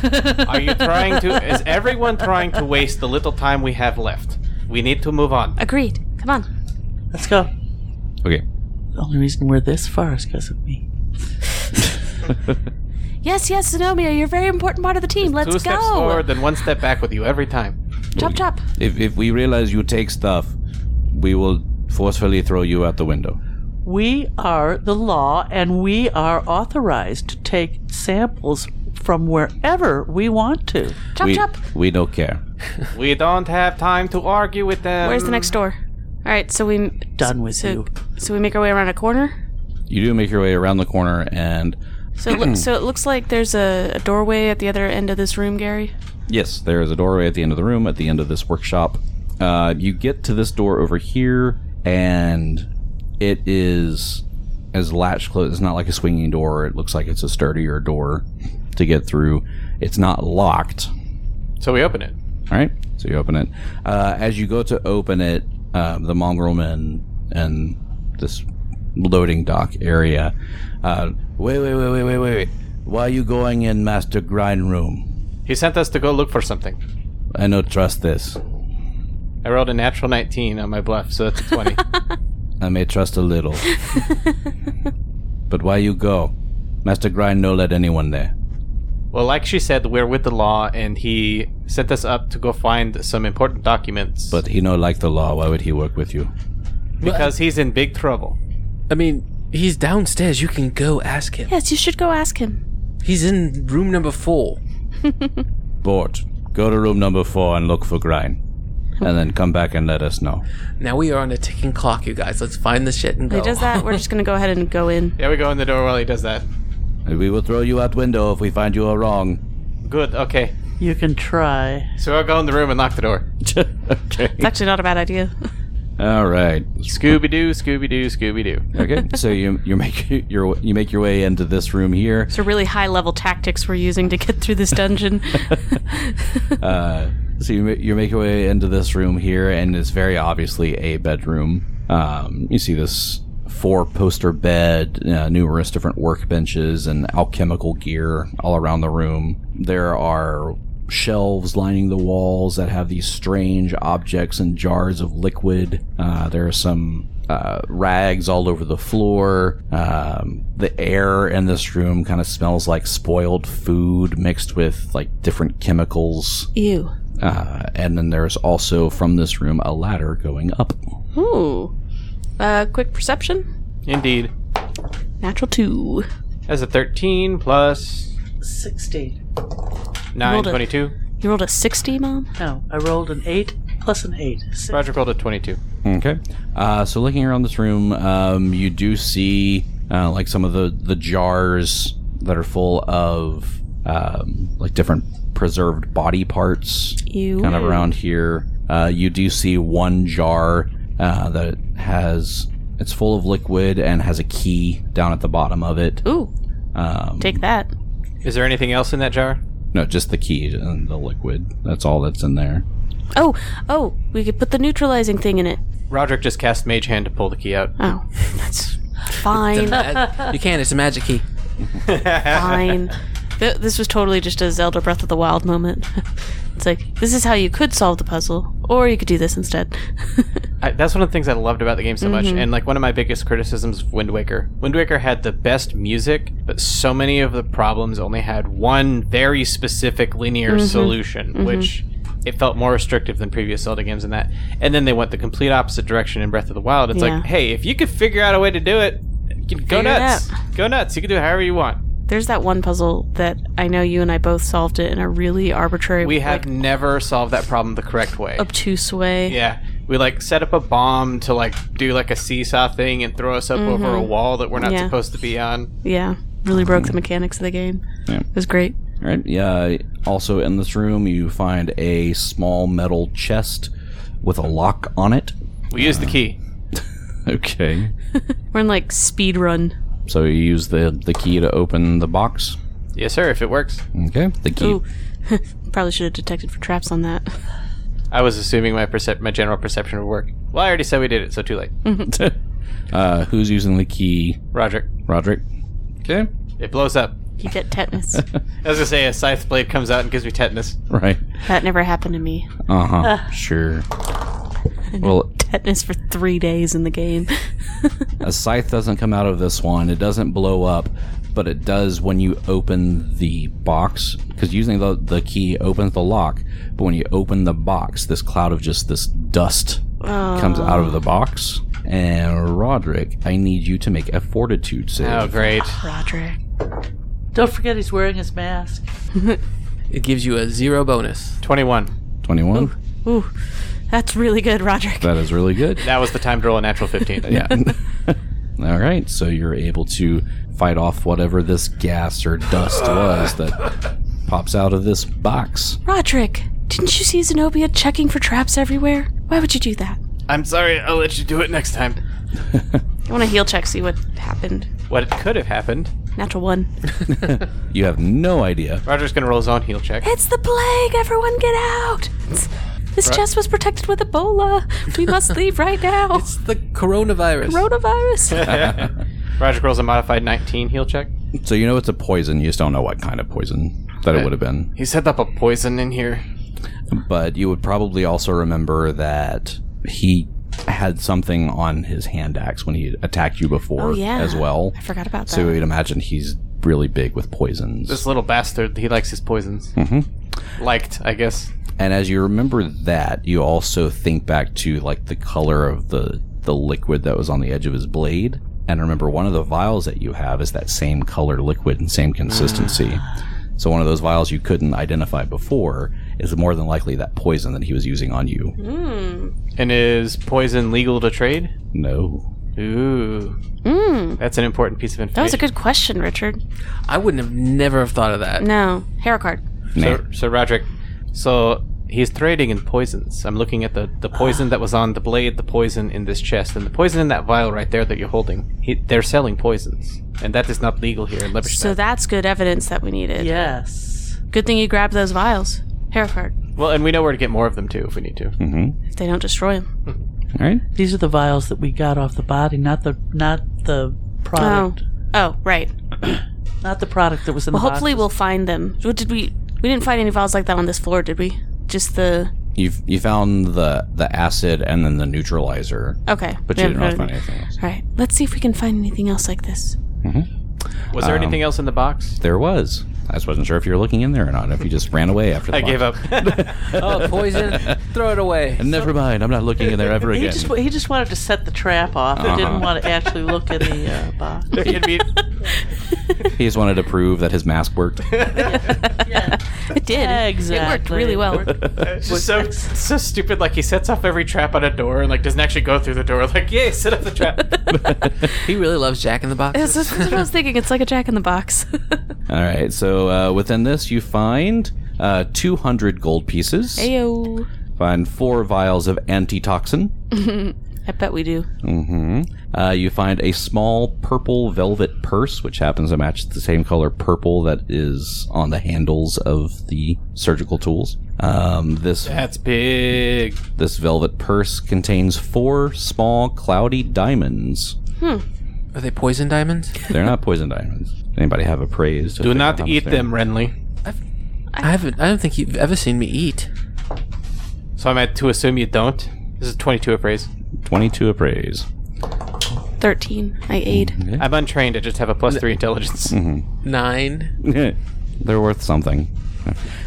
[SPEAKER 5] Are you trying to? is everyone trying to waste the little time we have left? We need to move on.
[SPEAKER 2] agreed. Come on.
[SPEAKER 4] Let's go.
[SPEAKER 1] Okay.
[SPEAKER 4] The only reason we're this far is because of me.
[SPEAKER 2] Yes, yes, Zenobia, you're a very important part of the team. Let's
[SPEAKER 5] Two
[SPEAKER 2] go.
[SPEAKER 5] steps forward, then one step back with you every time.
[SPEAKER 2] Chop chop.
[SPEAKER 1] If if we realize you take stuff, we will forcefully throw you out the window.
[SPEAKER 4] We are the law and we are authorized to take samples from wherever we want to.
[SPEAKER 2] Chop
[SPEAKER 1] we
[SPEAKER 2] chop.
[SPEAKER 1] we don't care.
[SPEAKER 5] We don't have time to argue with them.
[SPEAKER 2] Where's the next door? All right, so we
[SPEAKER 4] Done with
[SPEAKER 2] so,
[SPEAKER 4] you.
[SPEAKER 2] So we make our way around a corner.
[SPEAKER 1] You do make your way around the corner, and
[SPEAKER 2] So it loo- so it looks like there's a, a doorway at the other end of this room, Gary.
[SPEAKER 1] yes, there is a doorway at the end of the room, at the end of this workshop. Uh, you get to this door over here, and it is as latch closed. It's not like a swinging door. It looks like it's a sturdier door to get through. It's not locked.
[SPEAKER 5] So we open it.
[SPEAKER 1] All right. So you open it. Uh, as you go to open it, um, the mongrelman and this loading dock area. Uh, wait, wait, wait, wait, wait, wait, wait. Why are you going in Master Grind Room?
[SPEAKER 5] He sent us to go look for something.
[SPEAKER 1] I don't trust this.
[SPEAKER 5] I rolled a natural 19 on my bluff, so that's a 20.
[SPEAKER 1] I may trust a little. but why you go? Master Grind no let anyone there.
[SPEAKER 5] well, like she said, we're with the law, and he sent us up to go find some important documents.
[SPEAKER 1] But he no like the law. Why would he work with you?
[SPEAKER 5] because he's in big trouble.
[SPEAKER 3] I mean, he's downstairs. You can go ask him.
[SPEAKER 2] Yes, you should go ask him.
[SPEAKER 3] He's in room number four.
[SPEAKER 1] Bort, go to room number four and look for Grind. And then come back and let us know.
[SPEAKER 3] Now we are on a ticking clock, you guys. Let's find this shit and go.
[SPEAKER 2] If he does that, we're just gonna go ahead and go in.
[SPEAKER 5] Yeah, we go in the door while he does that.
[SPEAKER 1] And we will throw you out window if we find you are wrong.
[SPEAKER 5] Good, okay.
[SPEAKER 4] You can try.
[SPEAKER 5] So I'll go in the room and lock the door.
[SPEAKER 1] okay.
[SPEAKER 2] It's actually not a bad idea.
[SPEAKER 1] All right.
[SPEAKER 5] Scooby Doo, Scooby Doo, Scooby Doo.
[SPEAKER 1] Okay. so you you make your you make your way into this room here.
[SPEAKER 2] It's a really high level tactics we're using to get through this dungeon.
[SPEAKER 1] Uh, so you ma- you make your way into this room here, and it's very obviously a bedroom. Um, you see this four poster bed, uh, numerous different workbenches, and alchemical gear all around the room. There are shelves lining the walls that have these strange objects and jars of liquid. Uh, there are some uh, rags all over the floor. Um, the air in this room kind of smells like spoiled food mixed with like different chemicals.
[SPEAKER 2] Ew.
[SPEAKER 1] Uh, and then there's also from this room a ladder going up.
[SPEAKER 2] Ooh. Uh, quick perception.
[SPEAKER 5] Indeed.
[SPEAKER 2] Natural two.
[SPEAKER 5] That's a 13 plus
[SPEAKER 4] Sixteen.
[SPEAKER 5] 9,
[SPEAKER 2] Rolled a-
[SPEAKER 5] 22.
[SPEAKER 2] You rolled a 60, Mom?
[SPEAKER 4] No, I rolled an eight plus an eight. Six.
[SPEAKER 5] Roger rolled a 22.
[SPEAKER 1] Okay. Uh, so looking around this room, um, you do see uh, like some of the the jars that are full of um, like different preserved body parts,
[SPEAKER 2] You.
[SPEAKER 1] kind of around here. Uh, you do see one jar uh, that has it's full of liquid and has a key down at the bottom of it.
[SPEAKER 2] Ooh,
[SPEAKER 1] Um,
[SPEAKER 2] take that.
[SPEAKER 5] Is there anything else in that jar?
[SPEAKER 1] no, just the key and the liquid. That's all that's in there.
[SPEAKER 2] Oh, oh, we could put the neutralizing thing in it.
[SPEAKER 5] Roderick just cast Mage Hand to pull the key out.
[SPEAKER 2] Oh, that's fine,
[SPEAKER 3] you can. It's a magic key.
[SPEAKER 2] fine. Th- this was totally just a Zelda Breath of the Wild moment. it's like, this is how you could solve the puzzle, or you could do this instead.
[SPEAKER 5] I, that's one of the things I loved about the game so much,
[SPEAKER 2] Mm-hmm.
[SPEAKER 5] and like one of my biggest criticisms of Wind Waker. Wind Waker had the best music, but so many of the problems only had one very specific linear
[SPEAKER 2] Mm-hmm.
[SPEAKER 5] solution, which it felt more restrictive than previous Zelda games in that. And then they went the complete opposite direction in Breath of the Wild. It's
[SPEAKER 2] Yeah.
[SPEAKER 5] like, hey, if you could figure out a way to do it, you can
[SPEAKER 2] Figure
[SPEAKER 5] go
[SPEAKER 2] it
[SPEAKER 5] nuts, go nuts. You can do it however you want.
[SPEAKER 2] There's that one puzzle that I know you and I both solved it in a really arbitrary,
[SPEAKER 5] We have
[SPEAKER 2] like,
[SPEAKER 5] never solved that problem the correct way.
[SPEAKER 2] obtuse way.
[SPEAKER 5] Yeah. We like set up a bomb to like do like a seesaw thing and throw us up over a wall that we're not
[SPEAKER 2] Yeah.
[SPEAKER 5] supposed to be on.
[SPEAKER 2] Yeah, really broke the mechanics of the game.
[SPEAKER 1] Yeah.
[SPEAKER 2] It was great.
[SPEAKER 1] All right. Yeah. Also in this room, you find a small metal chest with a lock on it.
[SPEAKER 5] We use the key.
[SPEAKER 1] Okay.
[SPEAKER 2] We're in like speed run.
[SPEAKER 1] So you use the the key to open the box.
[SPEAKER 5] Yes, sir, if it works.
[SPEAKER 1] Okay. The key.
[SPEAKER 2] Ooh, probably should have detected for traps on that.
[SPEAKER 5] I was assuming my percep- my general perception would work. Well, I already said we did it, so too late.
[SPEAKER 1] uh, who's using the key?
[SPEAKER 5] Roderick,
[SPEAKER 1] Roderick. Okay.
[SPEAKER 5] it blows up.
[SPEAKER 2] You get tetanus.
[SPEAKER 5] I was gonna say a scythe blade comes out and gives me tetanus.
[SPEAKER 1] Right.
[SPEAKER 2] that never happened to me.
[SPEAKER 1] Uh huh. Sure. Well,
[SPEAKER 2] Tetanus for three days in the game.
[SPEAKER 1] a scythe doesn't come out of this one. It doesn't blow up, but it does when you open the box. Because using the, the key opens the lock, but when you open the box, this cloud of just this dust comes out of the box. And Roderick, I need you to make a fortitude save.
[SPEAKER 5] Oh, great.
[SPEAKER 2] Roderick.
[SPEAKER 4] Don't forget he's wearing his mask.
[SPEAKER 3] It gives you a zero bonus.
[SPEAKER 5] 21.
[SPEAKER 1] 21.
[SPEAKER 2] Ooh, that's really good, Roderick.
[SPEAKER 1] That is really good.
[SPEAKER 5] That was the time to roll a natural 15.
[SPEAKER 1] yeah. All right. So you're able to fight off whatever this gas or dust was that pops out of this box.
[SPEAKER 2] Roderick, didn't you see Zenobia checking for traps everywhere? Why would you do that?
[SPEAKER 5] I'm sorry, I'll let you do it next time.
[SPEAKER 2] I want to heal check, see what happened.
[SPEAKER 5] What could have happened,
[SPEAKER 2] Natural one.
[SPEAKER 1] You have no idea.
[SPEAKER 5] Roger's gonna roll his own heal check.
[SPEAKER 2] It's the plague! Everyone get out! It's- This chest was protected with Ebola. We must leave right now.
[SPEAKER 3] It's the coronavirus.
[SPEAKER 2] Coronavirus.
[SPEAKER 5] Roger rolls a modified 19 heal check.
[SPEAKER 1] So you know it's a poison. You just don't know what kind of poison that it would have been.
[SPEAKER 5] He set up a poison in here.
[SPEAKER 1] But you would probably also remember that he had something on his hand axe when he attacked you before
[SPEAKER 2] Oh, yeah.
[SPEAKER 1] as well.
[SPEAKER 2] I forgot about that.
[SPEAKER 1] So you'd imagine he's really big with poisons.
[SPEAKER 5] This little bastard, he likes his poisons. Mm-hmm. Liked, I guess.
[SPEAKER 1] and as you remember that, you also think back to like the color of the the liquid that was on the edge of his blade. And remember, one of the vials that you have is that same color liquid and same consistency. So one of those vials you couldn't identify before is more than likely that poison that he was using on you.
[SPEAKER 5] And is poison legal to trade?
[SPEAKER 1] No.
[SPEAKER 5] Ooh. That's an important piece of
[SPEAKER 2] Hmm.
[SPEAKER 5] information.
[SPEAKER 2] That was a good question, Richard.
[SPEAKER 3] I wouldn't have never have thought of that.
[SPEAKER 2] No, hero card.
[SPEAKER 1] Nah.
[SPEAKER 5] So, so Roderick, so he's trading in poisons. I'm looking at the, the poison that was on the blade, the poison in this chest, and the poison in that vial right there that you're holding. He, they're selling poisons, and that is not legal here in Liberty.
[SPEAKER 2] So that's good evidence that we needed.
[SPEAKER 4] Yes.
[SPEAKER 2] Good thing you grabbed those vials. Hero card.
[SPEAKER 5] well, and we know where to get more of them too if we need to.
[SPEAKER 2] If they don't destroy them.
[SPEAKER 1] All right.
[SPEAKER 4] These are the vials that we got off the body, not the not the
[SPEAKER 2] Oh.
[SPEAKER 4] product,
[SPEAKER 2] Oh, right.
[SPEAKER 4] not the product that was in
[SPEAKER 2] Well,
[SPEAKER 4] the
[SPEAKER 2] hopefully
[SPEAKER 4] boxes.
[SPEAKER 2] we'll find them. What did we? We didn't find any vials like that on this floor, did we? Just the.
[SPEAKER 1] You've you found the the acid and then the neutralizer,
[SPEAKER 2] Okay.
[SPEAKER 1] but
[SPEAKER 2] we
[SPEAKER 1] you
[SPEAKER 2] haven't
[SPEAKER 1] did not find
[SPEAKER 2] found
[SPEAKER 1] anything else.
[SPEAKER 2] All right. Let's see if we can find anything else like this.
[SPEAKER 5] Was there anything else in the box?
[SPEAKER 1] There was. I just wasn't sure if you were looking in there or not. If you just ran away after the
[SPEAKER 5] I gave up.
[SPEAKER 3] Oh, poison! Throw it away.
[SPEAKER 1] Never mind. I'm not looking in there ever
[SPEAKER 4] He
[SPEAKER 1] again.
[SPEAKER 4] just wa- he just wanted to set the trap off. He didn't want to actually look at the uh, box.
[SPEAKER 5] There could be-
[SPEAKER 1] He just wanted to prove that his mask worked.
[SPEAKER 2] It did. It worked
[SPEAKER 4] Exactly.
[SPEAKER 2] really well.
[SPEAKER 5] It's just so so stupid. Like he sets off every trap on a door and like doesn't actually go through the door. Like yay, set up the trap.
[SPEAKER 3] He really loves Jack in the Box.
[SPEAKER 2] That's, that's what I was thinking. It's like a Jack in the Box.
[SPEAKER 1] All right, so uh, within this, you find uh, 200 gold pieces,
[SPEAKER 2] Ayo.
[SPEAKER 1] find four vials of antitoxin,
[SPEAKER 2] I bet we do.
[SPEAKER 1] hmm Uh, you find a small purple velvet purse, which happens to match the same color purple that is on the handles of the surgical tools. Um, this
[SPEAKER 5] That's big.
[SPEAKER 1] this velvet purse contains four small cloudy diamonds.
[SPEAKER 3] Are they poison diamonds?
[SPEAKER 1] They're not poison diamonds. Anybody have appraised? if
[SPEAKER 5] Do
[SPEAKER 1] they
[SPEAKER 5] not
[SPEAKER 1] know how
[SPEAKER 5] eat
[SPEAKER 1] much they are?
[SPEAKER 5] them, Renly.
[SPEAKER 3] I haven't. I don't think you've ever seen me eat.
[SPEAKER 5] So I'm at to assume you don't. This is 22 appraise.
[SPEAKER 1] Twenty-two appraise.
[SPEAKER 2] 13. I aid.
[SPEAKER 5] I'm untrained. I just have a plus three intelligence.
[SPEAKER 3] Nine.
[SPEAKER 1] They're worth something.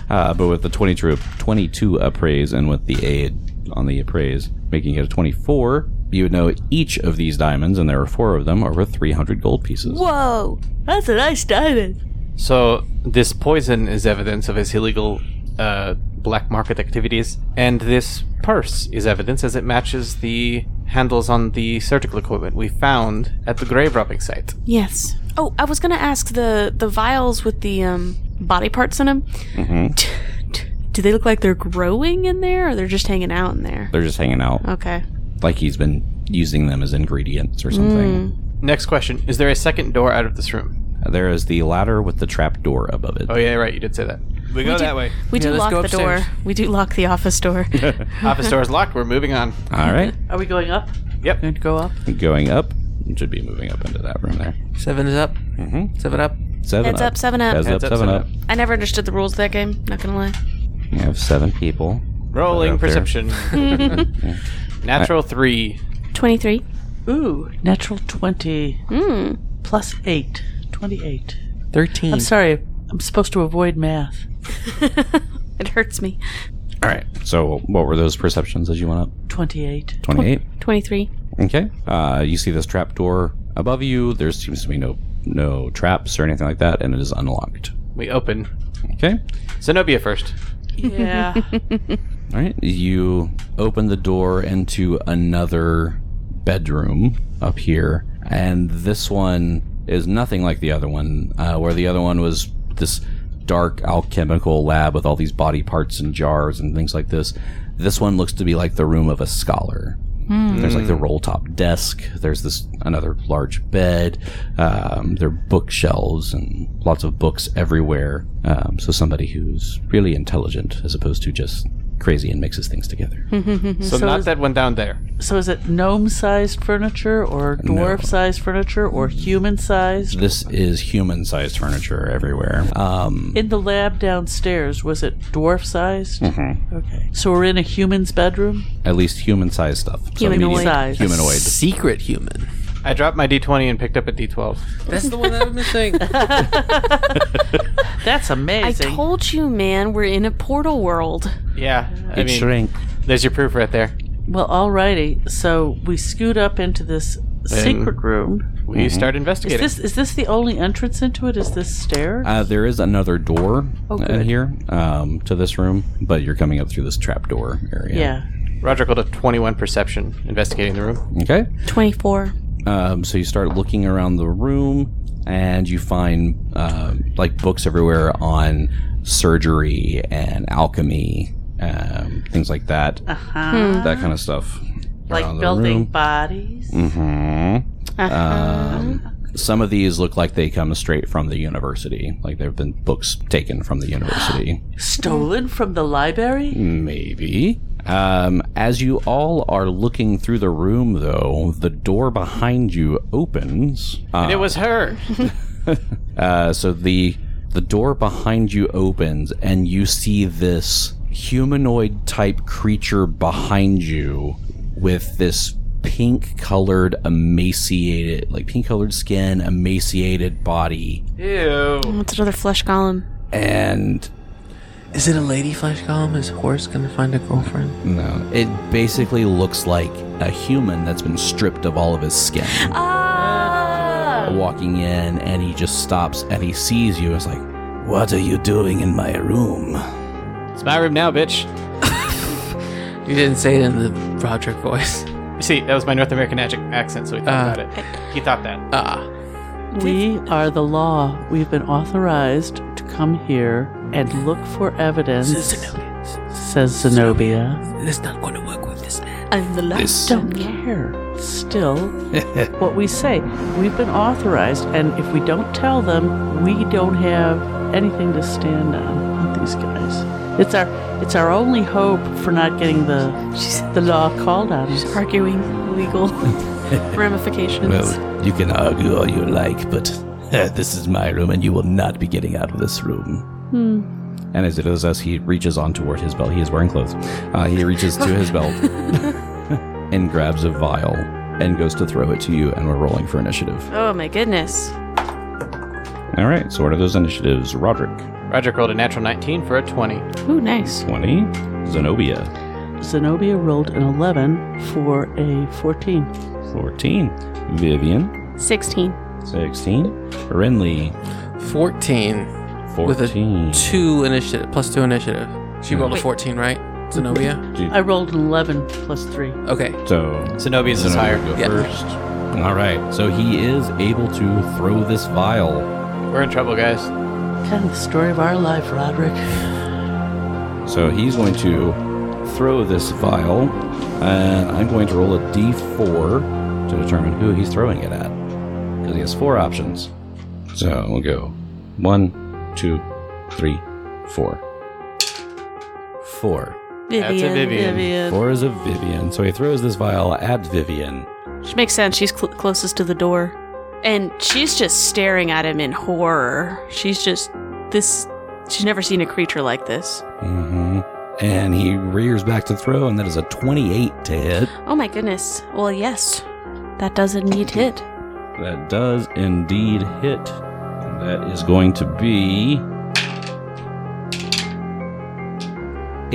[SPEAKER 1] Uh, but with the 20 troop, 22 appraise and with the aid on the appraise, making it a 24, you would know each of these diamonds, and there are four of them, are worth 300 gold pieces.
[SPEAKER 4] Whoa, that's a nice diamond.
[SPEAKER 5] So this poison is evidence of his illegal uh, black market activities, and this purse is evidence as it matches the handles on the surgical equipment we found at the grave robbing site.
[SPEAKER 2] Yes. Oh, I was gonna ask the the vials with the um body parts in them.
[SPEAKER 1] Mm-hmm.
[SPEAKER 2] Do they look like they're growing in there, or they're just hanging out in there?
[SPEAKER 1] They're just hanging out,
[SPEAKER 2] Okay.
[SPEAKER 1] like he's been using them as ingredients or something.
[SPEAKER 2] Mm.
[SPEAKER 5] Next question: Is there a second door out of this room?
[SPEAKER 1] Uh, There is the ladder with the trap door above it.
[SPEAKER 5] Oh yeah, right. You did say that. We go that way.
[SPEAKER 2] We
[SPEAKER 3] Yeah,
[SPEAKER 2] do
[SPEAKER 3] let's
[SPEAKER 2] lock
[SPEAKER 3] go
[SPEAKER 2] the door.
[SPEAKER 3] upstairs.
[SPEAKER 2] We do lock the office door.
[SPEAKER 5] Office door is locked. We're moving on.
[SPEAKER 1] All right,
[SPEAKER 4] Are we going up?
[SPEAKER 5] Yep.
[SPEAKER 4] Going to go up?
[SPEAKER 1] going up. You should be moving up into that room there.
[SPEAKER 3] Seven is up.
[SPEAKER 1] Mhm.
[SPEAKER 3] Seven up.
[SPEAKER 1] Seven
[SPEAKER 2] Heads up, seven up.
[SPEAKER 1] Heads
[SPEAKER 5] Heads
[SPEAKER 1] up,
[SPEAKER 5] up,
[SPEAKER 1] seven up.
[SPEAKER 5] seven
[SPEAKER 2] I never understood the rules of that game. Not gonna lie.
[SPEAKER 1] You have seven people.
[SPEAKER 5] Rolling
[SPEAKER 1] Out there.
[SPEAKER 5] perception. Natural three.
[SPEAKER 2] Twenty-three.
[SPEAKER 4] Ooh, natural 20 Hmm. plus 8. 28.
[SPEAKER 3] 13
[SPEAKER 4] I'm sorry, I'm supposed to avoid math.
[SPEAKER 2] It hurts me.
[SPEAKER 1] All right. So, what were those perceptions as you went up?
[SPEAKER 4] 28.
[SPEAKER 1] 28.
[SPEAKER 2] Twenty-three.
[SPEAKER 1] Okay. Uh, you see this trap door above you. There seems to be no no traps or anything like that, and it is unlocked.
[SPEAKER 5] We open.
[SPEAKER 1] Okay.
[SPEAKER 5] Zenobia first.
[SPEAKER 4] Yeah.
[SPEAKER 1] All right. You open the door into another bedroom up here, and this one is nothing like the other one. Uh, where the other one was this dark alchemical lab with all these body parts and jars and things like this, this one looks to be like the room of a scholar. There's like the roll top desk. There's this another large bed. Um, there are bookshelves and lots of books everywhere. Um, so somebody who's really intelligent as opposed to just crazy and mixes things together.
[SPEAKER 5] So, not that one down there.
[SPEAKER 4] so is it gnome sized furniture or dwarf sized furniture or human sized?
[SPEAKER 1] This is human sized furniture everywhere. Um,
[SPEAKER 4] In the lab downstairs, was it dwarf sized?
[SPEAKER 1] Mm-hmm.
[SPEAKER 4] Okay. So we're in a human's bedroom?
[SPEAKER 1] at least human sized stuff. So
[SPEAKER 2] Humanoid.
[SPEAKER 1] medium-
[SPEAKER 4] Size.
[SPEAKER 1] Humanoid.
[SPEAKER 3] secret human.
[SPEAKER 5] I dropped my d20 and picked up a d12.
[SPEAKER 3] That's the one that I've been saying.
[SPEAKER 4] That's
[SPEAKER 2] I
[SPEAKER 4] amazing.
[SPEAKER 2] told you, man. We're in a portal world.
[SPEAKER 5] Yeah. I
[SPEAKER 1] It
[SPEAKER 5] mean,
[SPEAKER 1] shrink.
[SPEAKER 5] there's your proof right there.
[SPEAKER 4] well, alrighty. So we scoot up into this secret room.
[SPEAKER 5] We start
[SPEAKER 4] Is
[SPEAKER 5] investigating.
[SPEAKER 4] this is this the only entrance into it? Is this stair?
[SPEAKER 1] Uh, there is another door in
[SPEAKER 2] Oh,
[SPEAKER 4] good.
[SPEAKER 1] here um, to this room, but you're coming up through this trapdoor area.
[SPEAKER 4] yeah.
[SPEAKER 5] Roger called a 21 perception investigating the room.
[SPEAKER 1] Okay.
[SPEAKER 2] Twenty-four.
[SPEAKER 1] Um, so you start looking around the room, and you find uh, like books everywhere on surgery and alchemy, um, things like that,
[SPEAKER 4] Uh-huh.
[SPEAKER 1] that kind of stuff. around
[SPEAKER 4] Like
[SPEAKER 1] the
[SPEAKER 4] building
[SPEAKER 1] room. Mm.
[SPEAKER 4] bodies.
[SPEAKER 1] Mm-hmm. Um, some of these look like they come straight from the university, like there have been books taken from the university.
[SPEAKER 4] Stolen from the library?
[SPEAKER 1] Mm. Maybe. Um, as you all are looking through the room, though, the door behind you opens. Uh,
[SPEAKER 5] And it was her.
[SPEAKER 1] Uh, so the the door behind you opens, and you see this humanoid type creature behind you with this pink colored emaciated like pink colored skin emaciated body
[SPEAKER 5] Ew.
[SPEAKER 2] What's another flesh column?
[SPEAKER 1] and
[SPEAKER 3] Is it a lady flesh column? Is Horace gonna find a girlfriend?
[SPEAKER 1] no it basically looks like a human that's been stripped of all of his skin
[SPEAKER 2] Ah!
[SPEAKER 1] walking in and he just stops and he sees you and is like What are you doing in my room?
[SPEAKER 5] It's my room now, bitch.
[SPEAKER 3] You didn't say it in the Roderick voice.
[SPEAKER 5] You see, that was my North American ac- accent, so he thought
[SPEAKER 3] Uh.
[SPEAKER 5] about it. He thought that.
[SPEAKER 3] Ah,
[SPEAKER 4] We are the law. We've been authorized to come here and look for evidence, says Zenobia.
[SPEAKER 3] this is not going to work with this man.
[SPEAKER 2] I'm the last
[SPEAKER 4] Don't care. Still, what we say, we've been authorized, and if we don't tell them, we don't have anything to stand on with these guys. It's our it's our only hope for not getting the
[SPEAKER 2] She's
[SPEAKER 4] the law called on us.
[SPEAKER 2] arguing legal ramifications.
[SPEAKER 1] Well, you can argue all you like, but eh, this is my room, and you will not be getting out of this room. Hmm. And as it is, as he reaches on toward his belt, he is wearing clothes. Uh, he reaches to his belt and grabs a vial and goes to throw it to you, and we're rolling for initiative.
[SPEAKER 2] oh my goodness.
[SPEAKER 1] All right, so what are those initiatives? Roderick,
[SPEAKER 5] Roderick rolled a natural 19 for a 20.
[SPEAKER 2] Ooh, nice.
[SPEAKER 1] 20. Zenobia,
[SPEAKER 4] Zenobia rolled an 11 for a 14.
[SPEAKER 1] 14. Vivian,
[SPEAKER 2] 16.
[SPEAKER 1] 16. Renly,
[SPEAKER 3] 14 With a
[SPEAKER 1] 14.
[SPEAKER 3] two initiative plus two initiative. She rolled a
[SPEAKER 2] Wait.
[SPEAKER 3] 14, right? Zenobia.
[SPEAKER 4] I rolled an 11 plus 3.
[SPEAKER 3] Okay.
[SPEAKER 1] So
[SPEAKER 5] Zenobia's is higher.
[SPEAKER 1] Zenobia go
[SPEAKER 3] Yeah.
[SPEAKER 1] first. All right, so he is able to throw this vial.
[SPEAKER 5] We're in trouble, guys.
[SPEAKER 4] Kind of the story of our life, Roderick.
[SPEAKER 1] So he's going to throw this vial, and I'm going to roll a d4 to determine who he's throwing it at. Because he has four options. So we'll go one, two, three, four. Four.
[SPEAKER 5] That's a
[SPEAKER 2] Vivian.
[SPEAKER 5] Vivian.
[SPEAKER 1] Four is a Vivian. So he throws this vial at Vivian.
[SPEAKER 2] Which makes sense. She's cl- closest to the door. And she's just staring at him in horror. She's just this. She's never seen a creature like this.
[SPEAKER 1] hmm And he rears back to throw, and that is a 28 to hit.
[SPEAKER 2] Oh my goodness. Well, yes. That does indeed hit.
[SPEAKER 1] That does indeed hit. That is going to be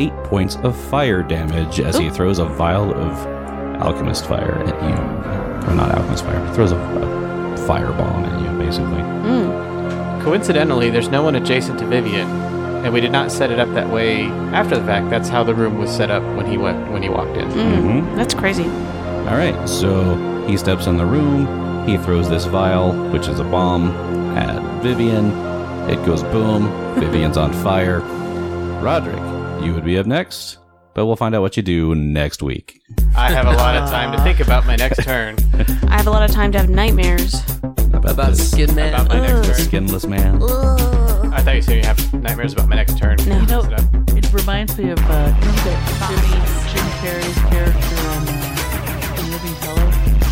[SPEAKER 1] eight points of fire damage as he throws a vial of alchemist fire at you. Or not alchemist fire. He throws a, a firebomb at you, basically.
[SPEAKER 2] Mm.
[SPEAKER 5] Coincidentally, there's no one adjacent to Vivian, and we did not set it up that way after the fact. That's how the room was set up when he went when he walked in.
[SPEAKER 1] Mm-hmm.
[SPEAKER 2] Mm. That's crazy.
[SPEAKER 1] All right, so he steps in the room. He throws this vial, which is a bomb, at Vivian. It goes boom. Vivian's on fire. Roderick, you would be up next, but we'll find out what you do next week.
[SPEAKER 5] I have a lot of time to think about my next turn.
[SPEAKER 2] I have a lot of time to have nightmares.
[SPEAKER 1] About,
[SPEAKER 3] About
[SPEAKER 1] this
[SPEAKER 3] skin man.
[SPEAKER 5] About my
[SPEAKER 1] Oh.
[SPEAKER 5] next turn.
[SPEAKER 1] skinless man.
[SPEAKER 5] I thought you said you have nightmares about my next turn.
[SPEAKER 2] No.
[SPEAKER 4] You know,
[SPEAKER 5] Set up.
[SPEAKER 4] it reminds me of uh, remember that Jim, Jim Carrey's character on uh, The Living Color.